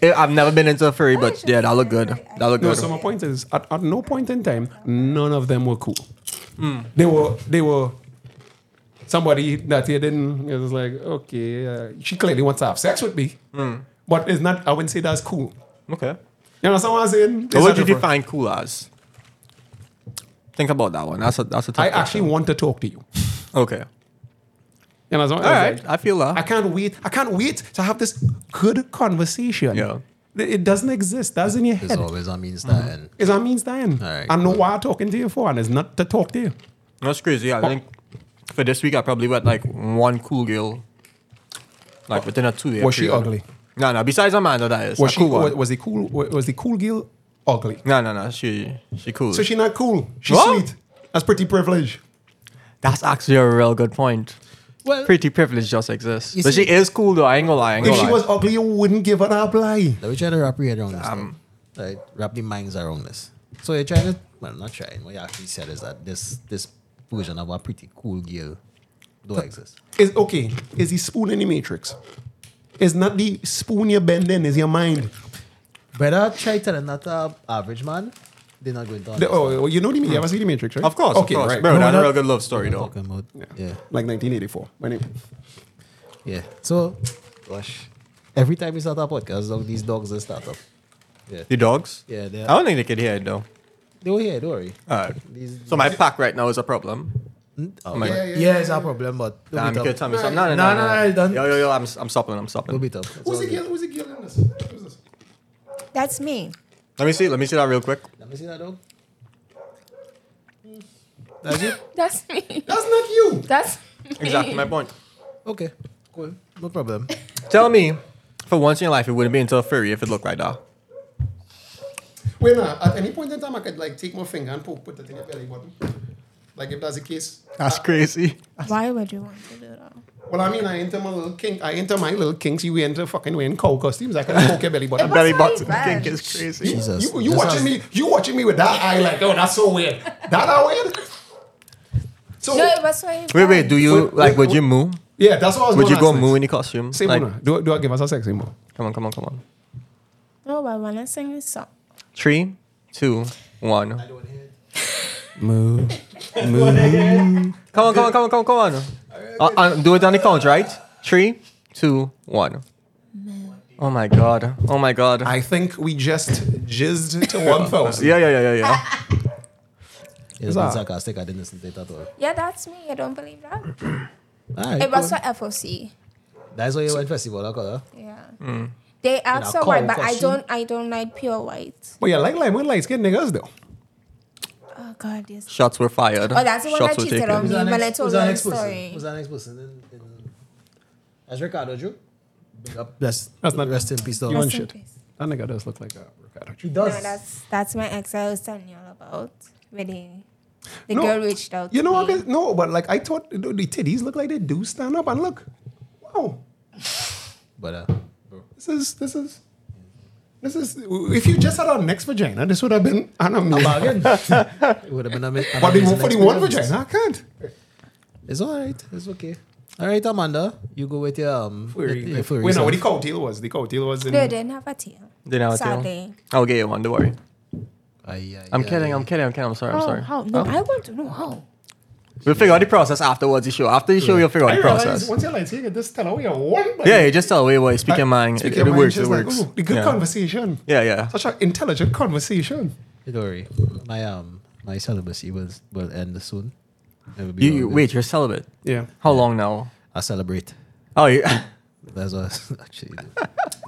Eh, I've never been into a furry, but yeah, that look good. That look
No,
good.
so my point is, at, at no point in time, none of them were cool. They were, they were somebody that you didn't. It was like, okay, uh, she clearly wants to have sex with me, but it's not. I wouldn't say that's cool.
Okay.
You know, someone saying,
But what
It's a
did you
different-
define cool as? Think about that one. That's a that's a tough
I actually
question.
want to talk to you.
Okay.
You know, someone,
All right. I feel
I
that.
can't wait. I can't wait to have this good conversation.
Yeah.
It it doesn't exist. That's in your
There's
head.
always a means that
Mm-hmm.
end.
It's a means to end.
Alright,
I know
cool.
why I'm talking to you for, and it's not to talk to you.
That's crazy. I think for this week I probably went like one cool girl. Like within a two year.
Was she ugly?
No, no. Besides Amanda, that is
Was
a
she
cool
was,
one.
was the cool wa- was the cool girl ugly?
No, no, no. She she cool.
So she not cool. She's
What?
sweet. That's pretty privilege.
That's actually a real good point.
Well,
Pretty privilege just exists.
You
But
see-
she is cool though. I ain't gonna lie. I ain't
If
gonna
she
lie.
was ugly, you wouldn't give her that apply.
Let me try to wrap your head around this. Um, like, wrap the minds around this. So you're trying to, well, not trying. What you actually said is that this this version of a pretty cool girl don't exist.
Is okay. Is the spoon in the matrix? It's not the spoon you're bending, it's your mind.
Better try telling that to a average man. They're not going to
The-
understand.
oh, you know the you ever see the matrix, right?
Of course,
Okay,
of course.
right.
Bro,
No,
that's a
that-
real good love story though.
talking about. Yeah.
Like 1984. My name.
Yeah. So, gosh, every time we start a podcast, dog, these dogs are start up.
The dogs?
Yeah, they
I
are.
don't think they could hear it though.
They were here, don't worry.
Alright.
These,
So my pack right now is a problem.
oh,
my- Yeah,
yeah, it's our problem, but don't
Damn,
beat
you could
up.
tell me something. No, no,
No,
no,
no,
no.
no, don't-
Yo, yo, yo, I'm, I'm stopping, I'm
Don't
stopping.
beat up. It's
Who's the
all good.
girl? Who's the girl in this? Who's this?
That's me.
Let me see, let me see that real quick.
Let me see that dog. That's it.
That's me.
That's not you.
That's me.
[laughs] Exactly my point.
Okay, cool. No problem.
Tell me, for once in your life, it wouldn't be until furry if it looked like that.
Wait, nah, at any point in time, I could like take my finger and poke, put it in your belly button. Like if that's the case.
That's crazy.
Why would you want to do that?
Well, I mean, I enter my little kink. I enter my little kinks. You enter fucking wearing cow costumes. I can poke your belly
[laughs]
button.
[laughs]
It
Belly
That's
button
really bad.
kink is crazy.
Jesus.
[laughs] You, you
This
watching
has-
me? You watching me with that eye? Like, oh, that's so weird. That are weird. So
No, it was so
Wait, wait, do you,
Wait,
like,
wait,
would you
wait.
moo?
yeah, that's what I was.
Would you
gonna
go
ask
moo in
next.
the costume?
Say
Like,
Mona. Do, do I give us a sexy moo?
come on, come on, come on.
No, Oh, I wanna sing this song.
Three, two, one.
Moo. [laughs]
Come on, come on, come on, come on, come on. Uh, uh, do it on the count, right? Three, two, one. Oh my god. Oh my god.
I think we just jizzed to
[laughs]
one thousand.
yeah, yeah, yeah, yeah,
[laughs]
yeah.
It's
that-
been sarcastic. I didn't listen to it at all. all
Yeah, that's me. I don't believe that.
right,
It was
cool.
for FOC.
That's why you went festival, okay?
Yeah.
Hmm.
They asked
a
for white, but I
costume.
don't. I don't like pure white.
But yeah, like like with light skinned niggas though.
Oh God, yes.
Shots were fired.
Oh, that's the one
Shots were
that cheated
taken.
on me.
that
when I
next,
told
who's
you
that
the
next person?
story.
Who's that next person? In, in... That's Ricardo, Drew. Big up. That's,
That's not-
rest in peace, dog.
You want
Rest in
shit.
peace.
That nigga does look like a workout.
He
No,
does.
that's that's my ex I was telling you all about. Really, the
No,
girl reached out.
You
to
know, I
me.
guess, no, but like I thought the the titties look like they do stand up and look. Wow,
But
[laughs]
uh, [laughs]
this is this is this is. If you just had our next vagina, this would have been an amazing.
bargain. [laughs] it would have been amazing.
But the, for the one vagina, I can't.
It's all right. It's okay. All right, Amanda, you go with your um.
Wait,
your- your furry
no,
self.
what the cow tail was. The cow tail was in.
No, I didn't have a tail.
Didn't have a tail?
Sadly.
I'll get you one, don't worry.
Aye, aye,
I'm
aye.
kidding, I'm kidding, I'm kidding. I'm sorry, I'm
Oh,
sorry.
how? No, I want to know how.
We'll figure out the process afterwards, the show. After the show, you'll figure out
I
the
realize
process.
once you're like, you can just tell away a one. but-
Yeah, yeah, just tell. Wait, wait, speak your mind.
Speak
It,
your
it
mind,
works, it
just like,
works.
ooh, the good
yeah.
conversation.
yeah, yeah.
Such an intelligent conversation.
Don't worry. My um my celibacy will will end soon. It would be
You,
all
you
good.
wait, you're celibate.
Yeah.
How long now?
I celebrate.
Oh, you,
[laughs]
That's what I [laughs] actually do.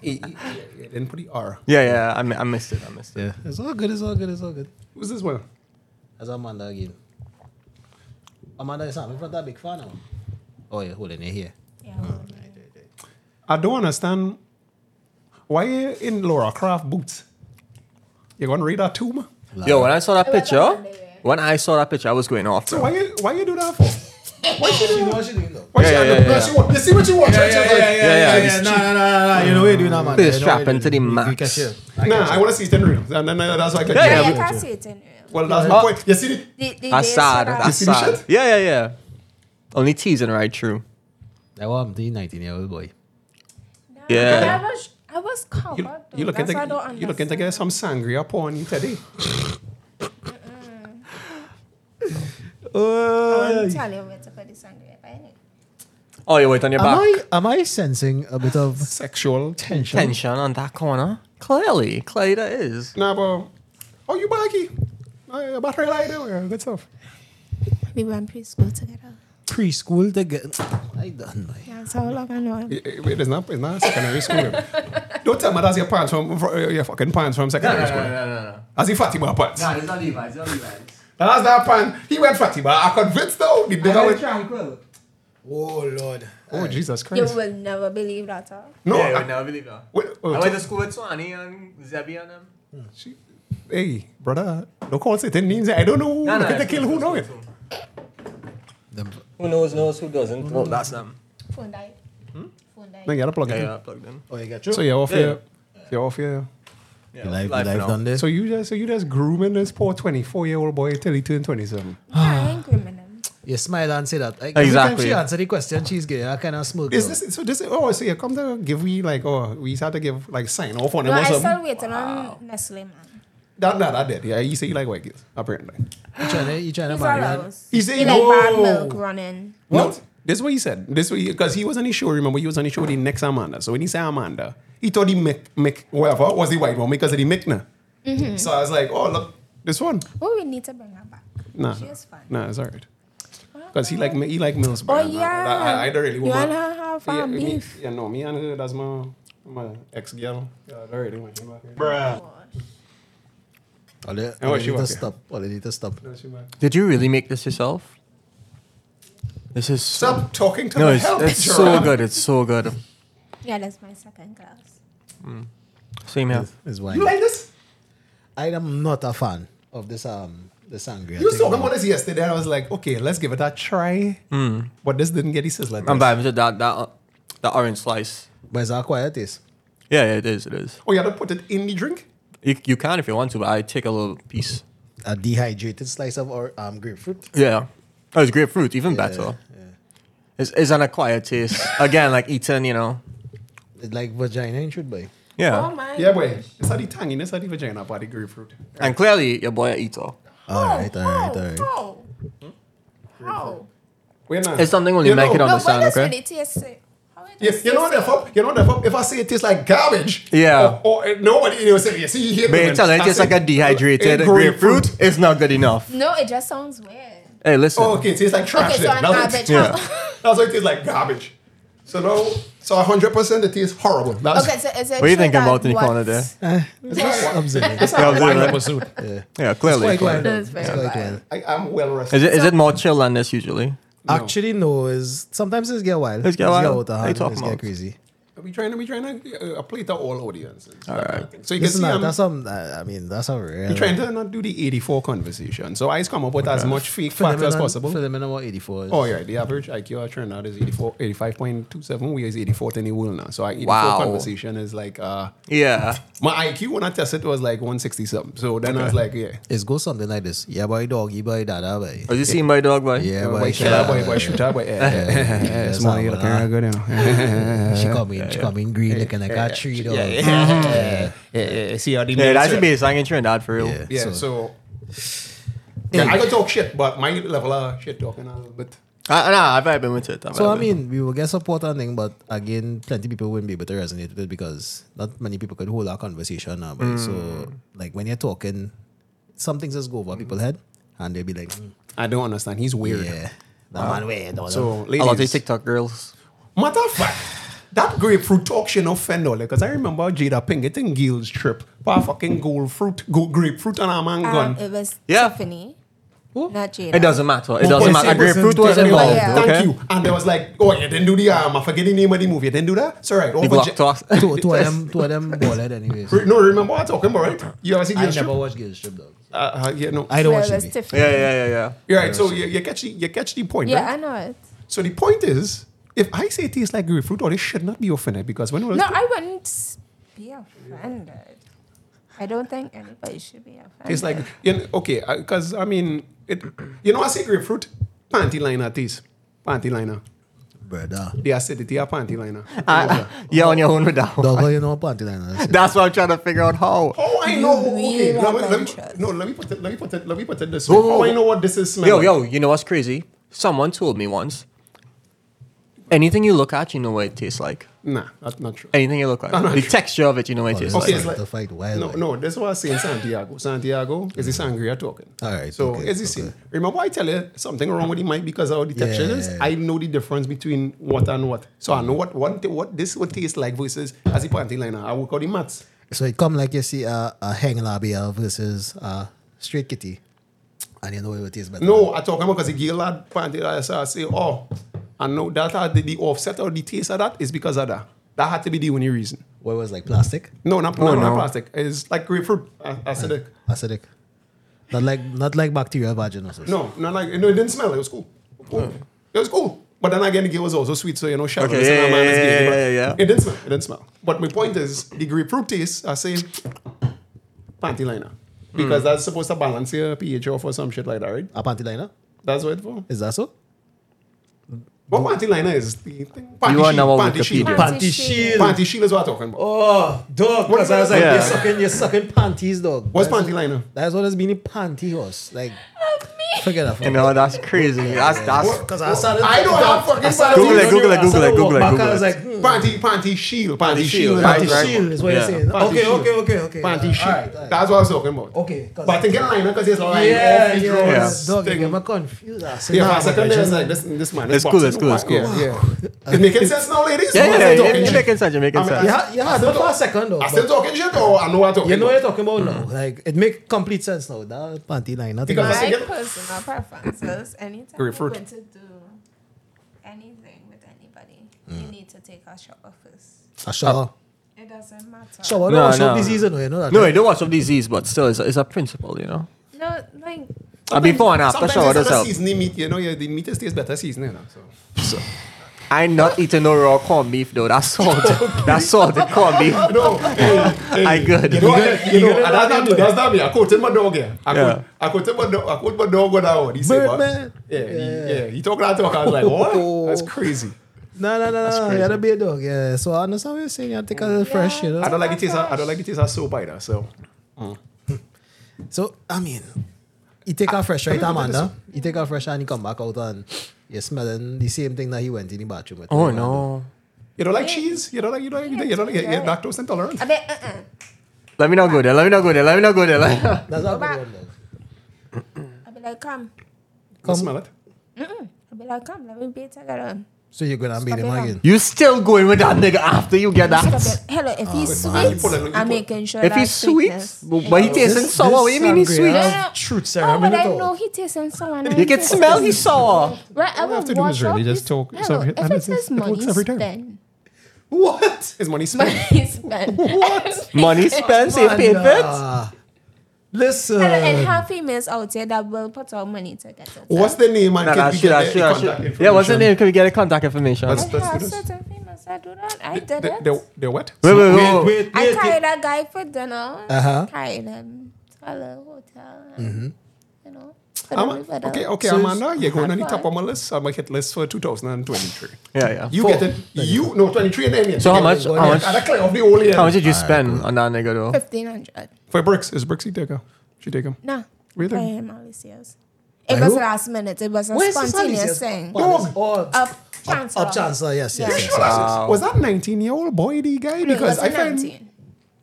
E- e- yeah, yeah, Then put the R.
yeah, yeah. I, mi- I missed it. I missed it.
Yeah, it's all good. It's all good. It's all good.
Who's this one?
That's Amanda again. Amanda is not. I'm not that big fan now. Oh yeah, holding it here.
Yeah.
I don't understand why you in Laura Craft boots. You gonna read that too, ma?
Yo, when I saw that
I went
picture,
on Monday,
when I saw that picture, I was going off.
So
bro.
why you why you do that for? Why she do that? Why
Yeah,
she
yeah,
had
yeah,
the-
yeah.
she want- You see what you want? right? She's like,
yeah, yeah,
No, no, no, no. You know what you do now, man.
Please strap into the max.
Nah, I want to see ten reels. And then uh, that's why I click.
Yeah,
Yeah,
yeah,
you
but-
can't see it in real.
Well, that's my
Oh.
point. You see the
The- the
That's
days
sad.
for that-
That's
You see the
sad.
shit?
Yeah, yeah, yeah. Only teasing, right? True.
That was the 19 year old boy.
No,
Yeah.
but I was, I was covered.
you,
though.
you looking
That's why I
to
don't
you looking to get
understand.
some sangria porn today? uh,
I'm telling you where to put this on there, but anyway.
Oh, you wait on your
Am
back.
I am I sensing a bit of
Sexual
tension?
Tension on that corner. Clearly, clearly that is.
Nah, bro. Oh, you baggy. Uh, battery light there. Good stuff.
We went preschool together.
Preschool together. I done like.
Yeah, so long I know.
It, it- it is not. It's not secondary school. [laughs] Don't tell me that's your pants from from- your fucking pants from secondary school.
no,
That's the fatty bar pants.
no. It's not Levi's. It's not Levi's.
That's that pants. He went fatty bar. I convinced though. The nigga went.
tranquil.
Oh lord.
Oh Jesus
You
Christ.
will never believe that. Huh?
No. I-
never believe that.
wait, oh, t-
school with Swanee and Zebby and them.
she- Hey, brother. Don't call certain names. I don't know. who Look at the kill. Who know it?
Who knows? Knows who
Mm-hmm.
doesn't? Well, that's them.
Phone died.
Hmm?
Phone died.
No, you gotta plug
Yeah,
it. in.
yeah, plugged in.
Oh, you got
So you're off
Yeah,
here. You're off here.
Yeah,
Your life,
life
life
now.
done this.
So you just so you just grooming this poor twenty four year old boy till he turned twenty seven.
Ah.
Yeah, I ain't grooming him.
you smile and say that. Like, Every time
Exactly.
she answer the question, she's getting a kind of smoke.
Is this so? This oh so you come to give we like oh we had to give like sign off on
No,
him or
I
something.
still waiting on Nestle man.
That no, that did. Yeah, he say he like white girls apparently.
You trying to, you trying to
He's
marry
all
that?
else.
He said
he like bad
no.
milk running.
No, this is what he said. This way because he was on the show. Remember, he was on the show with the next Amanda. So when he said Amanda, he thought he Mick Mick whoever was the white one because of the Mickna.
Mm-hmm.
So I was like, oh look, this one.
Oh, we need to bring her back.
Nah,
She is fine.
nah, it's alright. Cause he like mi- he like Mills.
Oh
brand. I-
yeah.
I, I, I don't really
You
want.
and her have
yeah,
farm
me,
beef.
yeah, no, me and her. That's my my ex girl. Yeah, I don't really want him back here.
All they,
Oh,
all they
she
need to
was here.
stop. All they need to stop.
No, she back.
Did you really make this yourself? This is so-
Stop talking to
no,
the
it's,
help,
it's so
Gerard.
good. It's so good.
Yeah, that's my second class.
Same here.
Is why
You like this?
I am not a fan of this um the sangria.
You
thing.
saw them on this yesterday, and I was like, okay, let's give it a try. But this didn't get his sizzle.
Hmm. I'm vibing to that that that orange slice.
but it's acquired taste.
Yeah, yeah, it is. It is.
Oh, you had to put it in the drink?
You, you can if you want to, but I take a little piece.
A dehydrated slice of or um grapefruit.
Yeah. Oh, it's grapefruit, even better. It's, it's an acquired taste. Again, like eating, you know.
It's like vagina and should be.
Yeah.
Oh my.
Yeah, boy. It's not the tangy, it's not the vagina, but the grapefruit.
and clearly, your boy a eater.
Alright, alright, alright.
Oh.
Hmm?
Oh.
Wait, nah.
It's something only
You
make it
know-
on
No,
the
what
side,
does
okay?
really taste it? How it
Yes,
does
you know what the
taste it?
fuck? You know what the fuck? If I say it tastes like garbage,
Yeah.
or, or uh, nobody, you know, say, you see, you hear
But
me,
it's telling
I
it's
say,
like a dehydrated
uh,
grapefruit. It's not good enough.
No, it just sounds weird.
Hey, listen.
Oh, okay, it tastes
Ah,
like trash.
Okay, so
then.
an
That's what
average.
it-
Yeah. [laughs]
That's why it tastes like garbage. So no, so hundred percent it tastes horrible. That's
Okay, so is it
What do you
true
think about
that
in the corner
what's- [laughs]
there?
It's just observing. [laughs] It's
Yeah,
wine
yeah,
episode.
yeah, clearly.
quite well. It's
That's very
quite
wild.
well.
I, I'm well rested.
Is it is it more chill than this usually?
Actually, no. Is sometimes it's get wild.
It's get wild.
out of
They
hand,
talk
It's
about.
get crazy.
Are we trying to we trying to uh, play to all audiences?
All right.
So you can
Listen,
see um,
that,
I'm,
that's some. I I mean, that's a rare.
I'm trying to not do the 84 conversation. So I just come up with as much fake facts as possible.
Phenomenon what eighty four.
Oh yeah, the average IQ I turn out is 84, 85.27. We is 84th in the world now. So I 84
Wow.
conversation is like uh
Yeah.
my IQ when I test it was like 160 something. So then I was like, yeah.
It's go something like this. Yeah, boy, dog. You boy, dada, boy.
Have you seen my dog, boy?
Yeah,
Boy,
boy,
kill that boy, boy, shoot that boy. Eh, eh, eh, eh, eh,
That's
Small
how
you
it
looking real good, you know.
She come in, she come in green looking like a tree dog.
Yeah, yeah, yeah, yeah. See how the
Yeah, that should
nature-
be a song in Trinidad for real.
Yeah.
Yeah, so,
So-
yeah, I could talk shit, but my level of shit talking uh, a little bit.
I, nah, I've vibing with it. I'm
So I
vibing.
mean, we will get support on thing, but again, plenty people wouldn't be able to resonate with it because not many people could hold our conversation now. But So like when you're talking, some things just go over people's head, and they'll be like, "Mm,
[laughs] I don't understand. He's weird.
Yeah. That man weird. all
So,
A lot of
ladies,
TikTok girls.
matter of fact, that grapefruit talk should not fend all because I remember Jada Pinkett and Gil's trip. But fucking gold fruit, go, grapefruit and a man
Um,
gun.
it was
Yeah.
Tiffany, not Jada.
It doesn't matter. It doesn't matter. Grapefruit was
Thank you.
involved.
Yeah.
Thank
Okay.
you. And there was like, oh, you didn't do the um, I forget the name of the movie. You didn't do that. It's all right.
The
Over
Glock
Ja-
toss.
[laughs] that. Two, two of them, two of
[laughs]
them ballhead anyways.
Re- No, remember what I'm talking about, right? You ever see
I
Gil's trip?
never watched Gil's Strip though.
Uh, uh, yeah, no.
I don't
Well,
watch
it was
it.
Tiffany.
Yeah, yeah, yeah, yeah.
You're right. So you, you catch the you catch the point.
Yeah,
right?
I know it.
So the point is, if I say it tastes like grapefruit, or they should not be offended because when it was
No, I wouldn't be offended. I don't think anybody should be offended.
tastes like you know, okay, because I mean it. You know, I say grapefruit panty liner taste, panty liner.
Brother.
The acidity of panty liner.
Uh, You're on your own with that. one.
Dog, how you know party line.
[laughs]
That's it.
[laughs] That's what I'm trying to figure out how.
Oh, I know. Okay,
really
let me,
are
let me,
conscious.
no, let me put it. Let me put it. Let me put it this way.
Whoa, whoa,
How I
whoa.
know what this is. Smell
Yo,
like.
yo, you know what's crazy? Someone told me once. Anything you look at, you know what it tastes like.
Nah, that's not true.
Anything you look at, the texture of it, you know what it tastes
it's
Okay,
like.
it's
like
like,
the fight wild,
No,
like.
no, that's what I say in Santiago. Santiago is the sangria talking.
All right,
So
okay,
as you see,
okay.
remember I tell you something wrong with the mic because of how the texture is.
Yeah.
I know the difference between what and what. So I know what what what this would taste like versus as a panty liner. I work out the maths.
So it come like you see a, a hang labia versus a straight kitty. And you know it uh, will taste better.
No, I talk about because the girl had panty liner. So I say, oh, I know that had the, the offset or the taste of that is because of that. That had to be the only reason.
What was like plastic?
No, not, no, not
Oh, no.
plastic. It's like grapefruit a- acidic.
Acidic. Not like not like bacterial vaginosis.
No, not like no, it didn't smell. It was cool. cool. It was cool. But then again, it was also sweet, so you know, shout out
Hmm. Okay,
to
yeah,
my
yeah,
man, it's
yeah,
gay,
yeah,
but
yeah, yeah.
It didn't smell. It didn't smell. But my point is, the grapefruit taste, I say, panty liner. Because
Hmm.
that's supposed to balance your pH off or some shit like that, right?
A panty liner?
That's what it's for.
Is that so?
But panty liner is the thing. Panty
Hmm. You are
shield,
now on
panty shield.
Wikipedia.
Panty shield.
Panty shield is what I'm talking about.
Oh, dog.
What is that?
Yeah.
you're sucking, you're sucking panties, dog.
What's
That's-
panty liner?
That's what has been in panty horse. Like,
[laughs]
forget that.
You know, that's crazy. That's, that's.
Because I started.
I don't have fucking
I started
Google it,
thinking
Google it,
when
Google it,
you- I started
Google it,
walking
Google
back, I was
it.
like, hmm,
Panty, panty shield, panty shield,
shield,
right,
panty
right.
shield is what
Yeah.
you're saying.
Panty
okay,
shield.
okay, okay, okay.
Panty
All
shield.
right, all right.
That's what I was talking about.
Okay, 'cause-
But I think in liner because it's like
yeah,
off the
yeah,
drawers
yeah. Dog, you
thing.
get me confused. I said,
Yeah,
nah,
for a second
but I
there, it's
just-
like this, this
It's
man. this
cool,
boxing
it's cool, it's
man.
cool.
Yeah, yeah. It making sense now, ladies?
Yeah,
What
yeah,
am I
yeah,
talking
you're
shit?
making sense, you're making
I mean,
sense.
I-
You ha- you had it for a second though.
I still Mm.
but
talking shit or I know what I'm talking
You know what
about?
you're talking about now. Like it make complete sense now. That panty line, nothing.
Because-
else.
my
Again-
personal preferences. Anytime you're
Grapefruit.
going to do anything with anybody,
Mm.
you need to take a shower first.
A shower.
It doesn't matter.
Shower.
No,
No, shower
no.
disease. No, you know that.
No, I
right?
don't watch of disease, but still, it's a, it's a principle, you know?
No, like
A before and after
Sometimes
shower,
it's
that's
not
up.
seasoning meat, you know, yeah, the meat tastes better seasoning. you know, So.
I not eating no raw corned beef, though. That's
[laughs]
salt. [laughs] that's salted corned beef.
No, [laughs] hey, hey,
I good.
You know,
You
I- you know, and that's not me, that's not me. I quoted my dog here. I
Yeah.
quote- I quoted my dog, I quoted my dog on that one. He said, what?
Birdman.
Yeah, he-
Yeah.
yeah, he talking that talk. I was like,
Oh.
what? That's crazy.
No, no, no, no. You gotta be a dog. Yeah. So I understand what you're saying. You take a fresh. You
I
know.
don't like it taste. I don't like it taste of soap either. So
So I mean, you take a fresh, right, Amanda? You take a fresh and you come back out and you're smelling the same thing that he went in the bathroom with.
[laughs] Oh, no.
you don't like cheese. You don't like. You don't. Like, you don't like. You're you're lactose intolerant.
I mean, uh-uh.
Let me not go there. Let me not go there. Let me not go there. [laughs] Let me-
That's not a good one, dog.
I'll be like, come.
You
Um,
smell it.
I'll be like, come. Let me be together.
So you're gonna beat
Stop
him
it,
again.
You still going with that nigga after you get
Stop
that?
it. Hello, if he's
Oh, You pull it, you
sweet, I'm
pull-
making sure
If
that
he's sweet,
sweetness-
but but he tasting
This-
sour. What do you
this
mean he's
sangria
sweet?
has Truth, Sarah.
Oh,
I'm in
but
it
I
all.
know he tasting sour. and I
You can
taste
smell
it.
he's sour.
Right, I
All I have
will
to do
wash
is really
up
just
his-
talk.
Hello,
Sorry,
if
and
it's
it-
his
it works
money
every time.
spent,
What? His money spent.
[laughs] money spent. [laughs] What?
Money spent, save paid for
Ah. Listen.
Hello, and half females out there that will put our money to get it.
What's the name? And
Nah,
can
nah,
we
shoot,
get
ah,
the-
shoot,
the
ah,
contact
shoot. Yeah, what's the
information?
name? Can we get the contact information?
That's-
I
Let's do
have
this.
certain females that do that. I did
They-
it.
They're they're what?
Wait, wait, wait.
Wait,
wait.
wait,
I
wait,
carried a guy for dinner.
Uh-huh. Mm-hmm.
Carried him to a little hotel. And, You know. put
Ama-
him with a-
okay, okay,
So
Amanda, you're going on the
Have
top
fun.
of my list. I'm a hit list for 2023.
Yeah, yeah.
You get it. You no 23 and then yeah.
So how much-
Yeah,
how
yeah,
much-
And I clear off the whole year.
How much did you spend on that nigga though?
1500
for bricks? Is bricks he take her? She take him.
No.
Really?
I am Mauritius. It
By
was
who?
last minute. It was a
Where's the
spontaneous
Sunny's?
thing.
Oh, this- oh,
Up chance.
Up chancellor, yes, yes.
Yeah.
yes.
Wow.
Was that 19 year old boy the guy?
No, it
Because I
wasn't
find
19.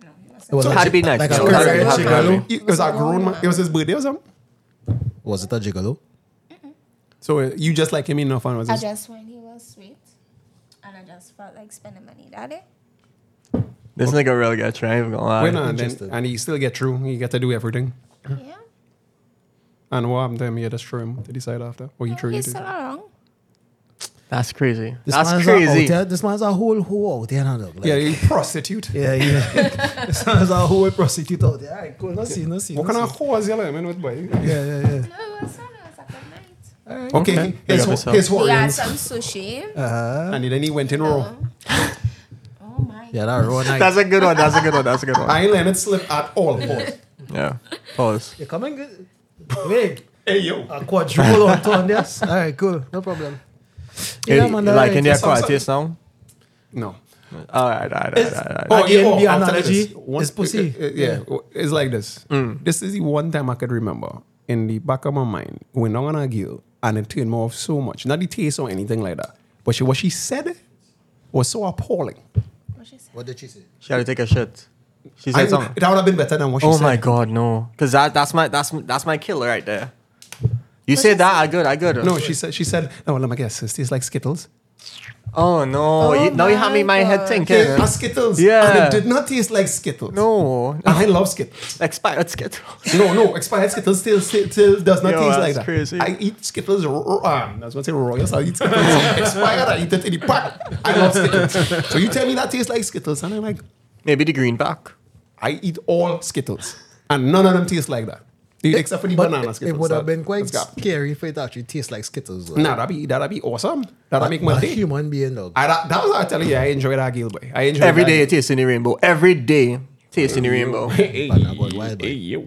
No, it wasn't.
It was
Had to be
like a
next. It was
a
girl,
girl.
gigolo.
it was a grown man. It was his birthday or something.
Was it a gigolo?
So uh, you just like him enough and was
I
just-
just when he was sweet, and I just felt like spending money that day.
This nigga really got trained. Gonna lie.
went on then,
interested.
and he still get through. He get to do everything.
Yeah,
And what happened to him? You just threw him to decide after. Or you
no,
threw
Oh, he's
him.
still around.
That's crazy.
This
That's
man's
crazy.
A out there, this man's a whole hoe out there. Now, dog. Like,
Yeah, you [laughs] prostitute.
yeah, [laughs] yeah. this man's a whole prostitute out there. All right, cool. No see, no see.
What
no
kind of
see.
whores you like, man, with boy?
Yeah, yeah, yeah.
No, it was fun. It was a good night.
All right.
Okay,
Okay.
his,
Big up yourself.
his
We had
warriors.
some sushi.
Uh-huh.
And then he went in raw.
Um, oh my.
Yeah, that raw night.
That's a good one. That's a good one. That's a good one.
I ain't letting it slip at all, boy.
Yeah. Pause.
You're coming good. Wait,
hey, yo.
a quadruple on turn, yes? All right, cool. No problem.
It- like in their
some-
quiet taste now.
No.
All right, all right, all right, all right.
Oh, Again, the
I'll tell you
analogy
this. One-
is pussy.
uh, uh, yeah, Mm. w- it's like this. This is the one time I could remember in the back of my mind when I'm gonna argue and it turned me off so much. Not the taste or anything like that, but she, what she said was so appalling.
What she said?
What did she say?
She had to take a shit. She
I,
said
it would
something.
have been better than what she
Oh
said.
my god, no! Because that that's my that's that's my killer right there. You say
she
that, I good, I good.
No, she said. She said. No, let me guess. It tastes like Skittles.
Oh no!
Oh
you, now you have me in
my
my head
God.
thinking.
It was Skittles.
Yeah.
And it did not taste like Skittles. [laughs]
No,
And I love Skittles.
expired skittle.
No, no, expired Skittles still, still, still does not
Yo,
taste like
that's
that.
crazy.
I eat Skittles raw. Um, I was going to say raw. Yes, I eat Skittles
[laughs]
expired. I eat it in the pack. I love Skittles. So you tell me that tastes like Skittles, and I'm like,
Maybe the greenback.
I eat all Skittles, and none of them taste like that, except for the banana Skittles.
It would have
that-
been quite
that's got-
scary if it actually tastes like Skittles. though.
Nah, that'd be that'd be awesome. That'd make my
a
day.
human being, dog.
I, that, that was I tell you, I enjoyed that Gil boy. I enjoyed
Every
that
day
Gil.
you taste in the rainbow. Every day taste in the rainbow.
Hey,
But I got wild, boy.
hey, yo.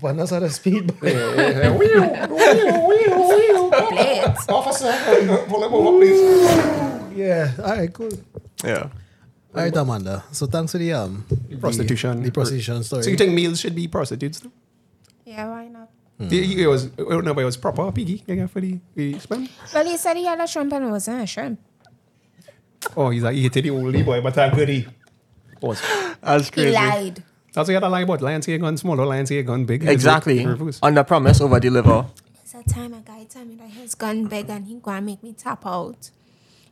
Panas at a
[laughs]
speed, boy.
Eh,
[laughs]
Play it.
Officer, pull him over, please.
Yeah, all right, cool.
[laughs] Yeah.
All right, Amanda. So thanks for the um
Prostitution.
the prostitution story.
So you think males should be prostitutes? Though?
Yeah, why not?
It, it was oh, no, but it was proper piggy. I got for the, the sperm.
Well, he said he had a shrimp and it wasn't a shrimp.
Oh, he's like he hit the only boy, but I'm goody. Pause.
That's
He
crazy.
lied.
That's what you gotta lie about. Lions here gone small, or lions here gone big.
Exactly.
Reverse.
Under promise, over deliver.
It's a time a guy told me that his gun big and he gonna make me tap out.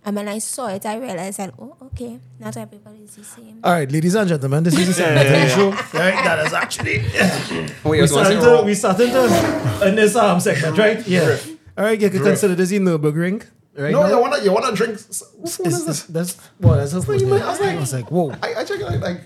And when I saw it, I realized that oh, okay, not everybody's the same.
all right, ladies and gentlemen, this is the
Yeah, yeah, yeah.
show. Right, that is actually
Wait, I
we
was gonna say
starting to
raw.
we starting to in this um segment, right? Yeah. All right, you can consider this in Nurburgring, right?
No,
now.
you wanna you wanna drink? s- Whose phone
It's-
is this?
That's well, that's her first
you
name.
might- I was like-
I was like, whoa.
I, I check it out, like.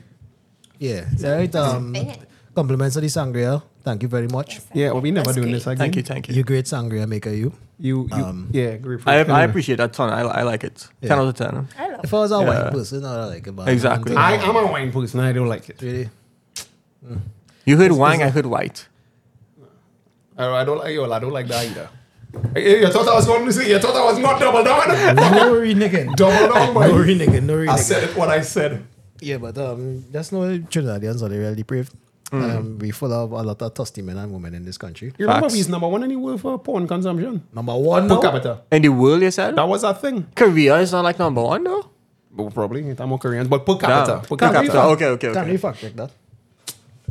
Yeah. All right. Um,
Bad.
compliments of the sangria. Thank you very much.
Yeah, well, we never
That's
doing
great.
this again.
Thank you, thank you.
You great sangria maker, you.
You, you yeah, grapefruit.
Um, I, I
Anyway.
appreciate that ton. I, I like it.
Yeah.
10 out of 10.
I love
If I was a
Yeah.
white person, I would like a banana.
Exactly.
and
I
thing.
am a wine person. I don't like it.
really.
You heard wang, I heard white.
I, I don't like yo, I don't like that [laughs] either. Hey, You thought I was going to say. You thought I was not double down. [laughs]
No [laughs] renegade.
double [laughs]
No
down, boy.
renegade. No
I
renegade.
said it what I said.
Yeah, but um, that's no Trinidadians are they really depraved.
Mm.
Um, we full of a lot of thirsty men and women in this country.
You remember
Facts.
he's number one in the world for porn consumption
Number one,
per
no.
capita.
In the world, you said?
That was a thing.
Korea is not like number one, though.
Well, probably I'm more Koreans, but per capita,
Damn.
per
Can't
capita.
we- Okay, okay,
Can we
okay.
fact check that?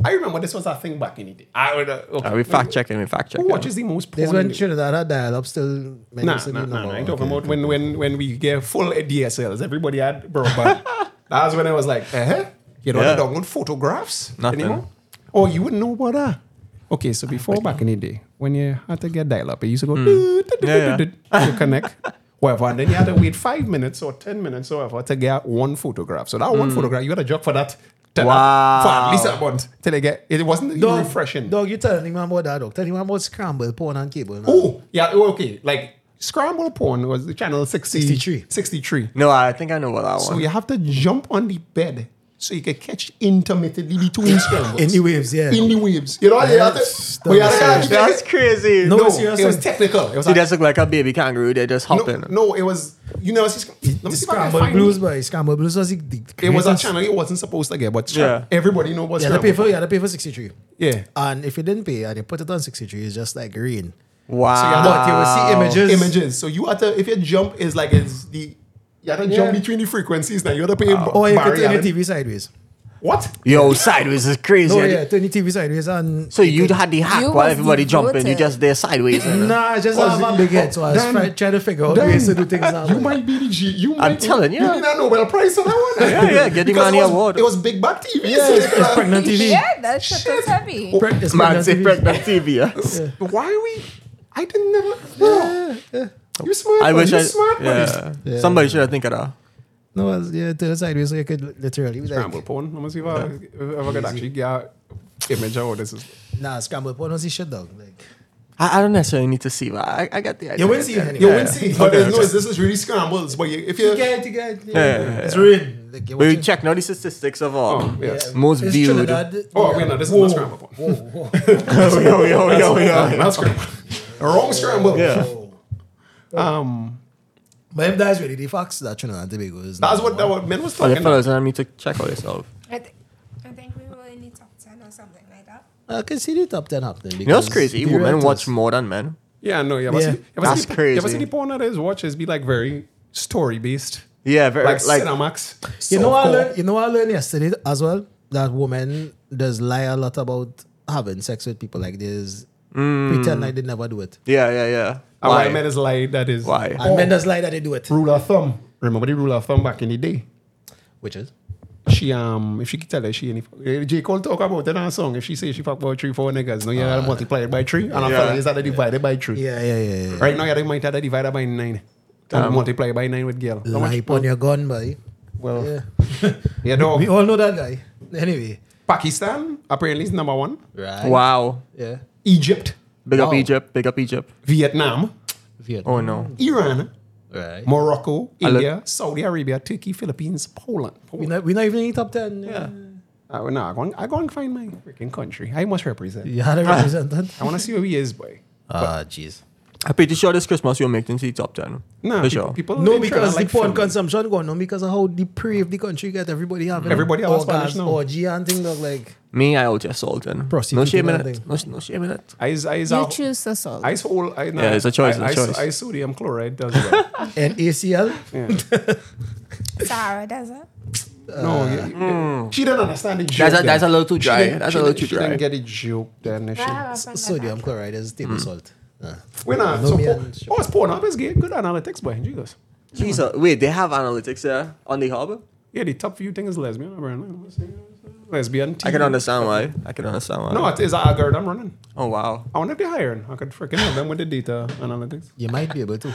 I remember this was a thing back in the day. I would, uh, okay.
Are we fact checking? We fact
Who
checking.
watches the most porn?
This when
in the-
Trinidad had dial-up still. many
Nah,
still
nah,
number
nah, nah.
one.
I'm talking
Okay,
about
okay.
when, when, when we get full DSLs. Everybody
[laughs]
had broadband. that was when I was like, eh? huh You don't
Yeah.
download photographs
Nothing.
anymore? Oh, you wouldn't know about that. Okay, so before back in the day, when you had to get dial up, you used to go doo, doo, doo,
Hmm. Yeah,
doo, doo, to
[laughs]
connect, whatever. And then you had to wait five minutes or 10 minutes or whatever to get one photograph. So that
Hmm.
one photograph, you had to jog for that. to that- For at least a month till they get it wasn't even
Dog,
refreshing.
Dog, you telling him about that, dog. Tell him about scramble, porn and cable. man.
Oh, yeah, oh, okay. Like Scramble Porn was the channel 60,
63.
63.
No, I think I know what that
So
one.
you have to jump on the bed so you can catch
[laughs]
intermittently between scrambles.
In the waves, yeah.
In the waves. You know, you have
That's-
to. we have to
that's-
[laughs]
catch-
That's crazy.
No,
No,
it's serious.
it was technical. It was
he
like,
does look like a baby kangaroo. They just
no,
hopping.
no, it was. You never see. Scram- Let me
the
see if I can
scramble
find
blues,
it.
boy. Scramble blues was the, the
It was a
greatest-
channel it wasn't supposed to get, but
Yeah.
everybody know what's
Yeah, they pay for yeah, they pay for sixty three.
Yeah.
And if you didn't pay and you put it on sixty three, it's just like green.
Wow.
But you
will see images.
Images. So you have to, if your jump is like, it's the, you have to jump
Yeah. Oh,
between the frequencies now. You have to pay.
Or you could
Barry
turn the
Allen.
TV sideways.
What?
Yo, sideways is crazy.
Oh
I
yeah,
did-
turn the TV sideways and
So you had the hack
You
while
was
everybody jumping. You
devoted.
just there sideways. and-
nah, I just have a big head, so I was
Dan,
try- trying to figure out
Dan,
ways to do things. now.
You might be the G. You might
telling you.
You need a Nobel Prize on that one.
Yeah, yeah, get the
Because
man
it
the
was-
award.
It was Big Back TV.
yeah, it's, it's pregnant TV.
[laughs]
Yeah, that shit was heavy.
Pre- it's
Man,
pregnant
say
TV.
pregnant TV. yeah.
Why are we? I didn't never. No. You smart.
I
man.
wish
you
I.
smart. man.
Yeah. Somebody should have think of that.
No, it was, yeah, turn sideways. Like I could literally like,
Scramble porn. I'm gonna see if I, if I could actually get a image of what this is.
Nah, scramble porn was the shit dog. Like
I, I don't necessarily need to see, but I, I got the idea.
you won't see it anyway.
You won't see. But there's no, this is really scrambles. But you, if you,
Get it, get it,
Yeah, yeah,
It's ruined. Like, you
We
watch it.
check now the statistics of all.
oh yes.
Most
It's
viewed. [laughs]
[laughs] Trinidad.
Oh wait, no, this is not scramble porn.
Whoa, whoa.
yo, yo, yo, yo,
Yeah, not scramble.
[laughs]
Wrong scramble.
Yeah.
Um,
But if that's really the facts, that Trinidad and Tobago is.
that's
number
what that
one.
what men was
But
talking.
the fellas, I need to check out yourself.
I, th- I think we were in the top 10 or something like that.
I can see the top 10 happening.
You know what's crazy?
because
Women
the
watch
realtors-
more than men.
Yeah, no, yeah, but
Yeah.
yeah.
That's
You ever
crazy.
seen the porn that is watches be like very story based,
Yeah, very
like,
like,
Cinemax.
You know, what I
Softcore.
learned, you know what I learned yesterday as well? That women does lie a lot about having sex with people like this.
Hmm.
Pretend like they never do it.
yeah, yeah, yeah.
And Why? I met
Why?
is like that is
Why?
And men does lie that they do it.
rule of thumb. Remember the rule of thumb back in the day.
Which is?
She um, if she could tell her she any eh, J Cole talk about that in her song. If she say she fuck about three four niggas, no, you gotta multiply it by three, and I
Uh, Yeah.
feel like that divided by three.
Yeah, yeah, yeah. yeah.
Right now, you might have to divide it by nine. And multiply by nine with girl. How much? Oh.
Lie on your gun, boy.
Well,
Yeah.
yeah, no.
We all know that guy. Anyway.
Pakistan apparently is number one.
Right.
Wow.
Yeah.
Egypt,
Big up
Wow.
Egypt. Big up Egypt.
Vietnam,
Vietnam.
Oh no.
Mm. Iran,
Right.
Morocco,
I look-
India, Saudi Arabia, Turkey, Philippines, Poland.
We're
Poland.
not, we're not even in the top 10.
Yeah. Uh, no, I go, I go and find my freaking country. I must represent.
You had a representant.
Ah. I want to see who he is, boy.
Ah, jeez.
I'm pretty sure this Christmas you'll make them see top ten.
No,
for
pe-
sure.
people.
No,
in Trinidad
because
like
the porn
film.
consumption gone on because of how depraved the country get. Everybody having
Everybody have a Spanish now.
orgy and thing dog, like
Me, I out just salting. No
Prostitute
shame in
landing.
it. No, no shame in it.
I, I,
You
I,
choose assault.
I sold. I, no,
Yeah, it's a choice,
I,
it's a
I,
choice.
I sodium chloride does
[laughs]
well.
an ACL.
Yeah.
Sarah does it.
no, yeah, yeah. she didn't understand the joke.
Uh, mm. That's a, that's a
then.
little too
She
dry.
didn't-
That's
she
a little
didn't-
too
She
dry.
didn't get the joke then. She,
Sodium chloride is table
Mm.
salt. Uh,
we're not. So
me
porn,
and-
oh, it's porn. Up is good. Good analytics, boy. Jesus.
Jesus. uh, Wait, they have analytics there on the hub.
Yeah, the top few thing is lesbian. apparently. Lesbian.
I can
TV.
understand why. I can understand why.
No, it is an algorithm running.
Oh wow.
I wonder if they're hiring. I could freaking help them with the data analytics.
you might be
[laughs]
able to.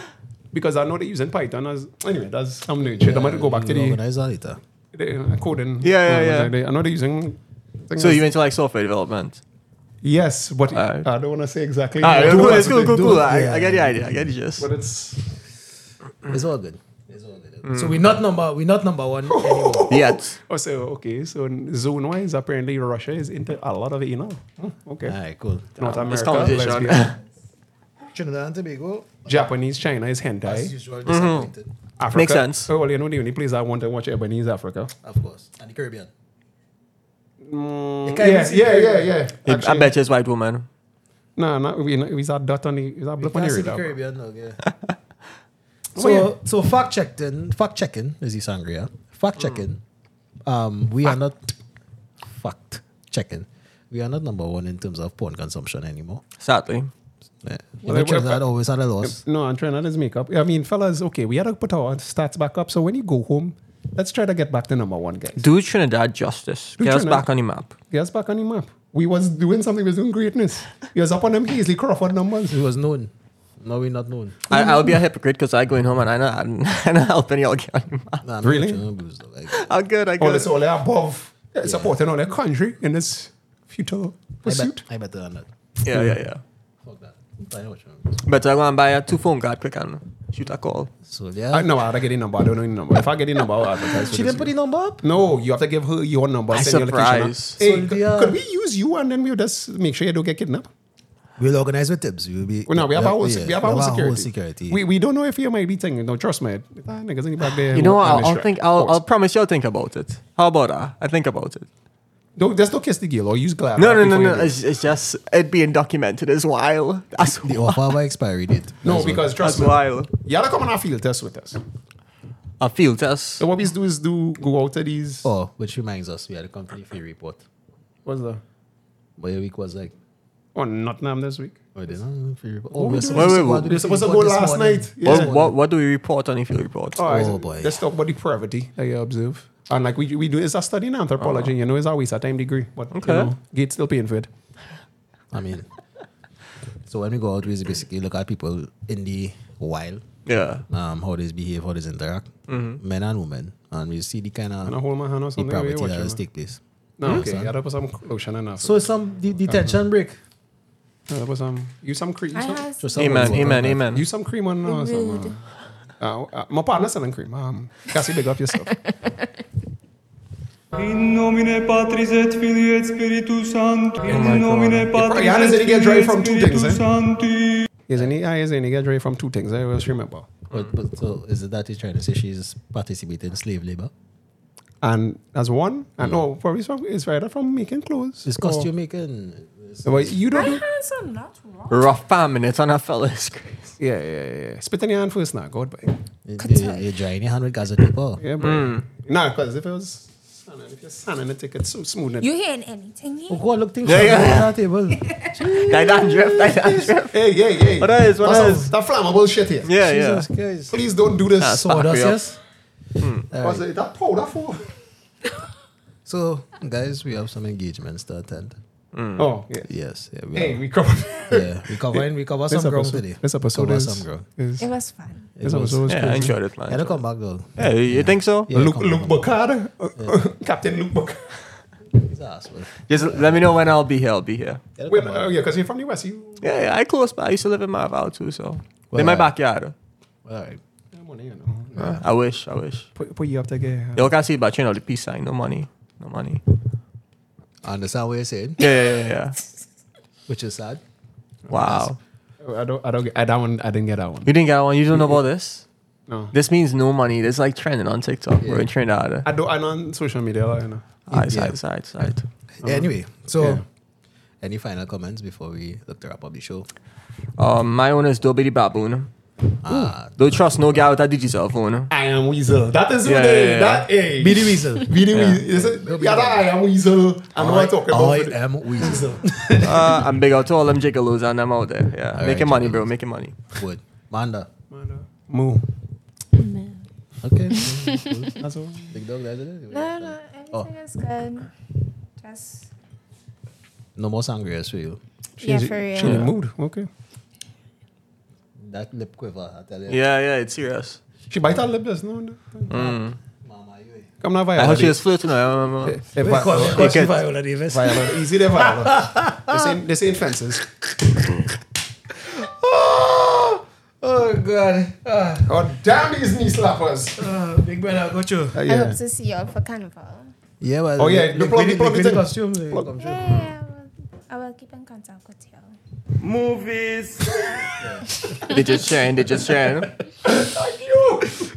Because I know they're using Python as. Anyway, that's some new shit. I'm going to go back to
You
the,
organize that later.
the coding.
Yeah, yeah, yeah.
I know they're er- using. thing
So
as-
you into like software development?
Yes, but
Alright.
I don't want to say exactly.
Ah,
what
yeah,
I do
cool,
want
it's
to
cool,
do,
cool, cool. I,
yeah.
I get the idea. I get the gist.
But it's
It's all good. It's all good. So we're not number we're not number
[laughs]
one anymore.
Yet.
oh, so okay. So zone wise, apparently Russia is into a lot of it, you know. Hmm, okay,
Alright, cool.
North
This
America,
conversation.
lesbian.
Trinidad and Tobago,
Japanese, China is
as
hentai.
usual,
Mm-hmm.
disappointed.
Africa.
Makes sense. Mm.
Oh well, you know the only place I want to watch Ebony is Africa.
Of course. And the Caribbean.
Mm,
can't even
yeah,
see
yeah, yeah,
Caribbean.
yeah,
Yeah, I
Actually,
bet you it's white woman.
No, no, we we is that dot on the is that blip on the
Can't see the
radar.
Caribbean dog, yeah.
[laughs] Oh,
So,
yeah.
so fact checking, fact checking is the sangria. Fact
Mm.
checking. Um, we are not fact checking. We are not number one in terms of porn consumption anymore.
Sadly.
Yeah.
Well,
You know,
it-
Trinidad always had a loss.
No, I'm trying to make up. I mean, fellas, okay, we had to put our stats back up. So when you go home, let's try to get back to number one, guys.
Do Trinidad justice.
Do
Get us
Trinidad-
back on the map.
Yes, back on the map. We was doing something, we was doing greatness. We was up on them Hazley Crawford numbers.
It was known. Now we're not known.
I, I'll be a hypocrite because I going home and I know I'm not [laughs] helping y'all get on the map.
Nah, I'm
Ah, Really?
not Trinidad blues, though, like,
How good, I
All
good.
this all they're above eh, supporting all their country in this futile
I, bet,
pursuit.
I better than that.
Yeah, yeah, yeah.
Fuck that. I know what Trinidad blues.
Better go and buy a two phone card quick and shoot a call.
So yeah.
I, no, I gotta get the number. I don't know the number. If I get the number, I'll advertise. for
she
this
didn't put the
week.
number up.
No, you have to give her your number.
I
send your location.
surprised.
Hey,
So
could,
they are-
could we use you and then we'll just make sure you don't get kidnapped?
We'll organize with tips. We'll be.
Well, no, we have our own, se-
yeah,
we have our own security.
security.
We, we don't know if you might be thinking. No, trust me. That niggas ain't back there.
You know what?
on
I'll,
this
I'll
track.
think. I'll, I'll
Pause.
promise you. I'll think about it. How about that? I think about it.
Don't, just don't kiss the girl or use glass.
No, no, no, no. It's, it's just it being documented as wild. That's
the
wild.
offer by expiry date.
No,
That's what-
Oh, because
That's
trust me.
wild.
You gotta come on our field test with us.
a field test.
So what we do is do go out to these.
Oh, which reminds us, we had a company fee report.
What's that?
But your week was like,
Oh, Nottingham this week.
oh, it isn't fee report. Oh,
we
we're
doing?
supposed
Wait,
to
wait,
go out with
wait.
We're
the
supposed to
report
go
this
last
morning.
night.
What,
Yeah.
what, what do we report on in field reports?
All right,
Oh,
so
boy.
Let's talk about the poverty that you observe. And like we, we do, it's a study in anthropology, you know, it's always a time degree. But,
Uh-huh. Okay.
you know, Gates still paying for it.
I mean, so when we go out, we basically look at people in the wild,
Yeah.
um, how they behave, how they interact,
Mm-hmm.
men and women, and we see the kind
And I
of
hold my hand or
the
something. where you
property
watch
that
it,
has
man.
take place.
No,
Yeah,
okay.
son.
Yeah, that was some lotion enough.
So some the, the tension break.
yeah, that was some. Use some cream.
I
Use some,
has
So some
Amen,
words
amen,
work out.
amen.
use some cream on uh,
Rude.
some. Uh, uh, uh, my partner selling cream. Um, Cassie, big up yourself.
In nomine Patris et Filii et Spiritus Sancti.
my
In nomine
Oh God.
Patris
Yeah, honestly,
et
they get
Filii et
dry from two things, eh?
Spiritus Sancti.
Is any I is any get ready from two things. I always remember.
But, but so is it that he's trying to say she's participating in slave labor?
And that's one. And no, probably from it's either from making clothes.
Is
or-
costume making? is-
Well, you don't.
I
Do,
has are not wrong.
Rough five minutes on a fella's crazy.
yeah, yeah, yeah. Spit in your hand first now. God, boy.
You- you- You're drying your hand with Gaza people.
Yeah, boy. Nah, because if it was sanding, if you're sanding the ticket, so smooth.
You hearing anything here?
Oh, God, look, things
Yeah,
are
yeah.
going on that table.
Like [laughs] that drift, like that drift.
Hey, hey, hey.
What that is, what
That's
that
a-
is.
That flammable shit here.
[laughs] Yeah,
Jesus
yeah.
Christ.
Please don't do this.
That's-
So,
Sawdust,
Fuck me up. Hmm.
yes?
was it that powder for?
So, guys, we have some engagements to attend.
Oh, yeah.
Yes, yeah, we,
Hey,
are.
we covered.
yeah, we cover
[laughs]
we cover some ground
episode-
today.
This episode
cover
is.
some ground.
is-
It was fun.
It
This
was-
episode is
Yeah, I
crazy.
enjoyed it, man.
Yeah, they'll come back though.
Yeah, you you think so?
Yeah,
Luke,
come
Luke
on.
Bacard, uh, uh, [laughs] Captain Luke Bacard.
He's an asshole.
Just let me know when I'll be here. I'll be here.
They'll
Wait,
come
oh,
back.
yeah, because you're from the West. You.
Yeah, yeah. I close by. I used to live in Marval too, so
Well,
in my
I-
backyard.
All right.
I'm on here now.
I wish. I wish.
Put, put you up there.
Yo, can see about you know the peace sign. No money. No money.
I understand what you're saying,
Yeah, yeah, yeah. yeah.
which is sad.
Wow.
I don't. I don't. Get, I that one. I didn't get that one.
You didn't get one. You don't know about this.
No.
This means no money. This is like trending on TikTok. We're in Trinidad.
I don't. I'm on social media. Like, you know.
Alright,
Yeah.
side, side, side.
Yeah, anyway, so
Yeah.
any final comments before we look to wrap up the show?
Um, my owner is Dobby the Baboon.
Ah,
Don't trust no guy with a digital
[laughs]
phone.
I am Weasel. That is
Yeah,
what they.
yeah, yeah.
That hey.
Be the weasel.
Be the
Yeah.
Weasel. Is it-
Don't be
Yeah,
the-
that I am Weasel. I know what I'm talking [laughs] about.
I
with it.
am weasel.
Uh, I'm big out to all them gigolos and them out there. Yeah,
Alright,
making money, bro.
gigolos.
Making money.
Wood. Manda.
Man, uh, Moo.
Okay.
That's all.
Big dog, that's it.
No, no, everything
Oh.
is good. Just
No more sangrias for you.
yeah, for real.
She in the mood. Okay.
That lip quiver, I tell you.
Yeah, yeah. It's serious.
She bite her lip. There's no. no.
Mm.
Mama, you eh.
Come now,
I
Viola.
hope she was flirting. I remember.
Eh, Vi-
Because-
Vi-
because
it-
Viola Davis.
Viola. Easy there, Viola. this ain't. This ain't fences.
Oh, God. Ah,
God Oh, damn these knee slappers.
ah, big brother, I got you.
Uh,
I
yeah.
hope to see y'all for carnival.
Yeah, well,
Oh, yeah, the plug- plug it in.
costumes. eh,
Plug-
come
Yeah,
through.
yeah, I will, I will keep in contact with y'all.
Movies.
[laughs] They just sharing. They just sharing.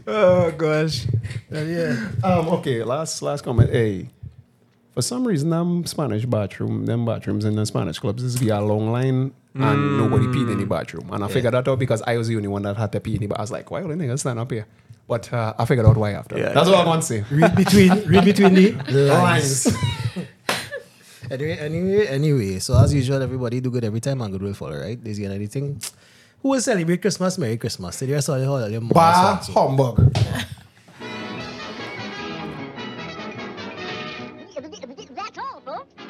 Oh gosh. Uh, yeah.
Um. Okay. Last. Last comment. Hey. For some reason, them Spanish bathroom, them bathrooms in the Spanish clubs is be a long line
Mm.
and nobody peed in the bathroom. And I figured that out because I was the only one that had to pee in the bathroom. I was like, why all the niggas stand up here? But uh, I figured out why after.
Yeah,
That's
yeah.
all I want to say.
Read between read between the
Lines.
[laughs] Anyway, anyway, anyway. So as usual, everybody do good every time and good will follow, right? Is there anything? Who will celebrate Christmas? Merry Christmas. Did you saw the whole your mom
Bah,
songs.
humbug.
That's all, folks.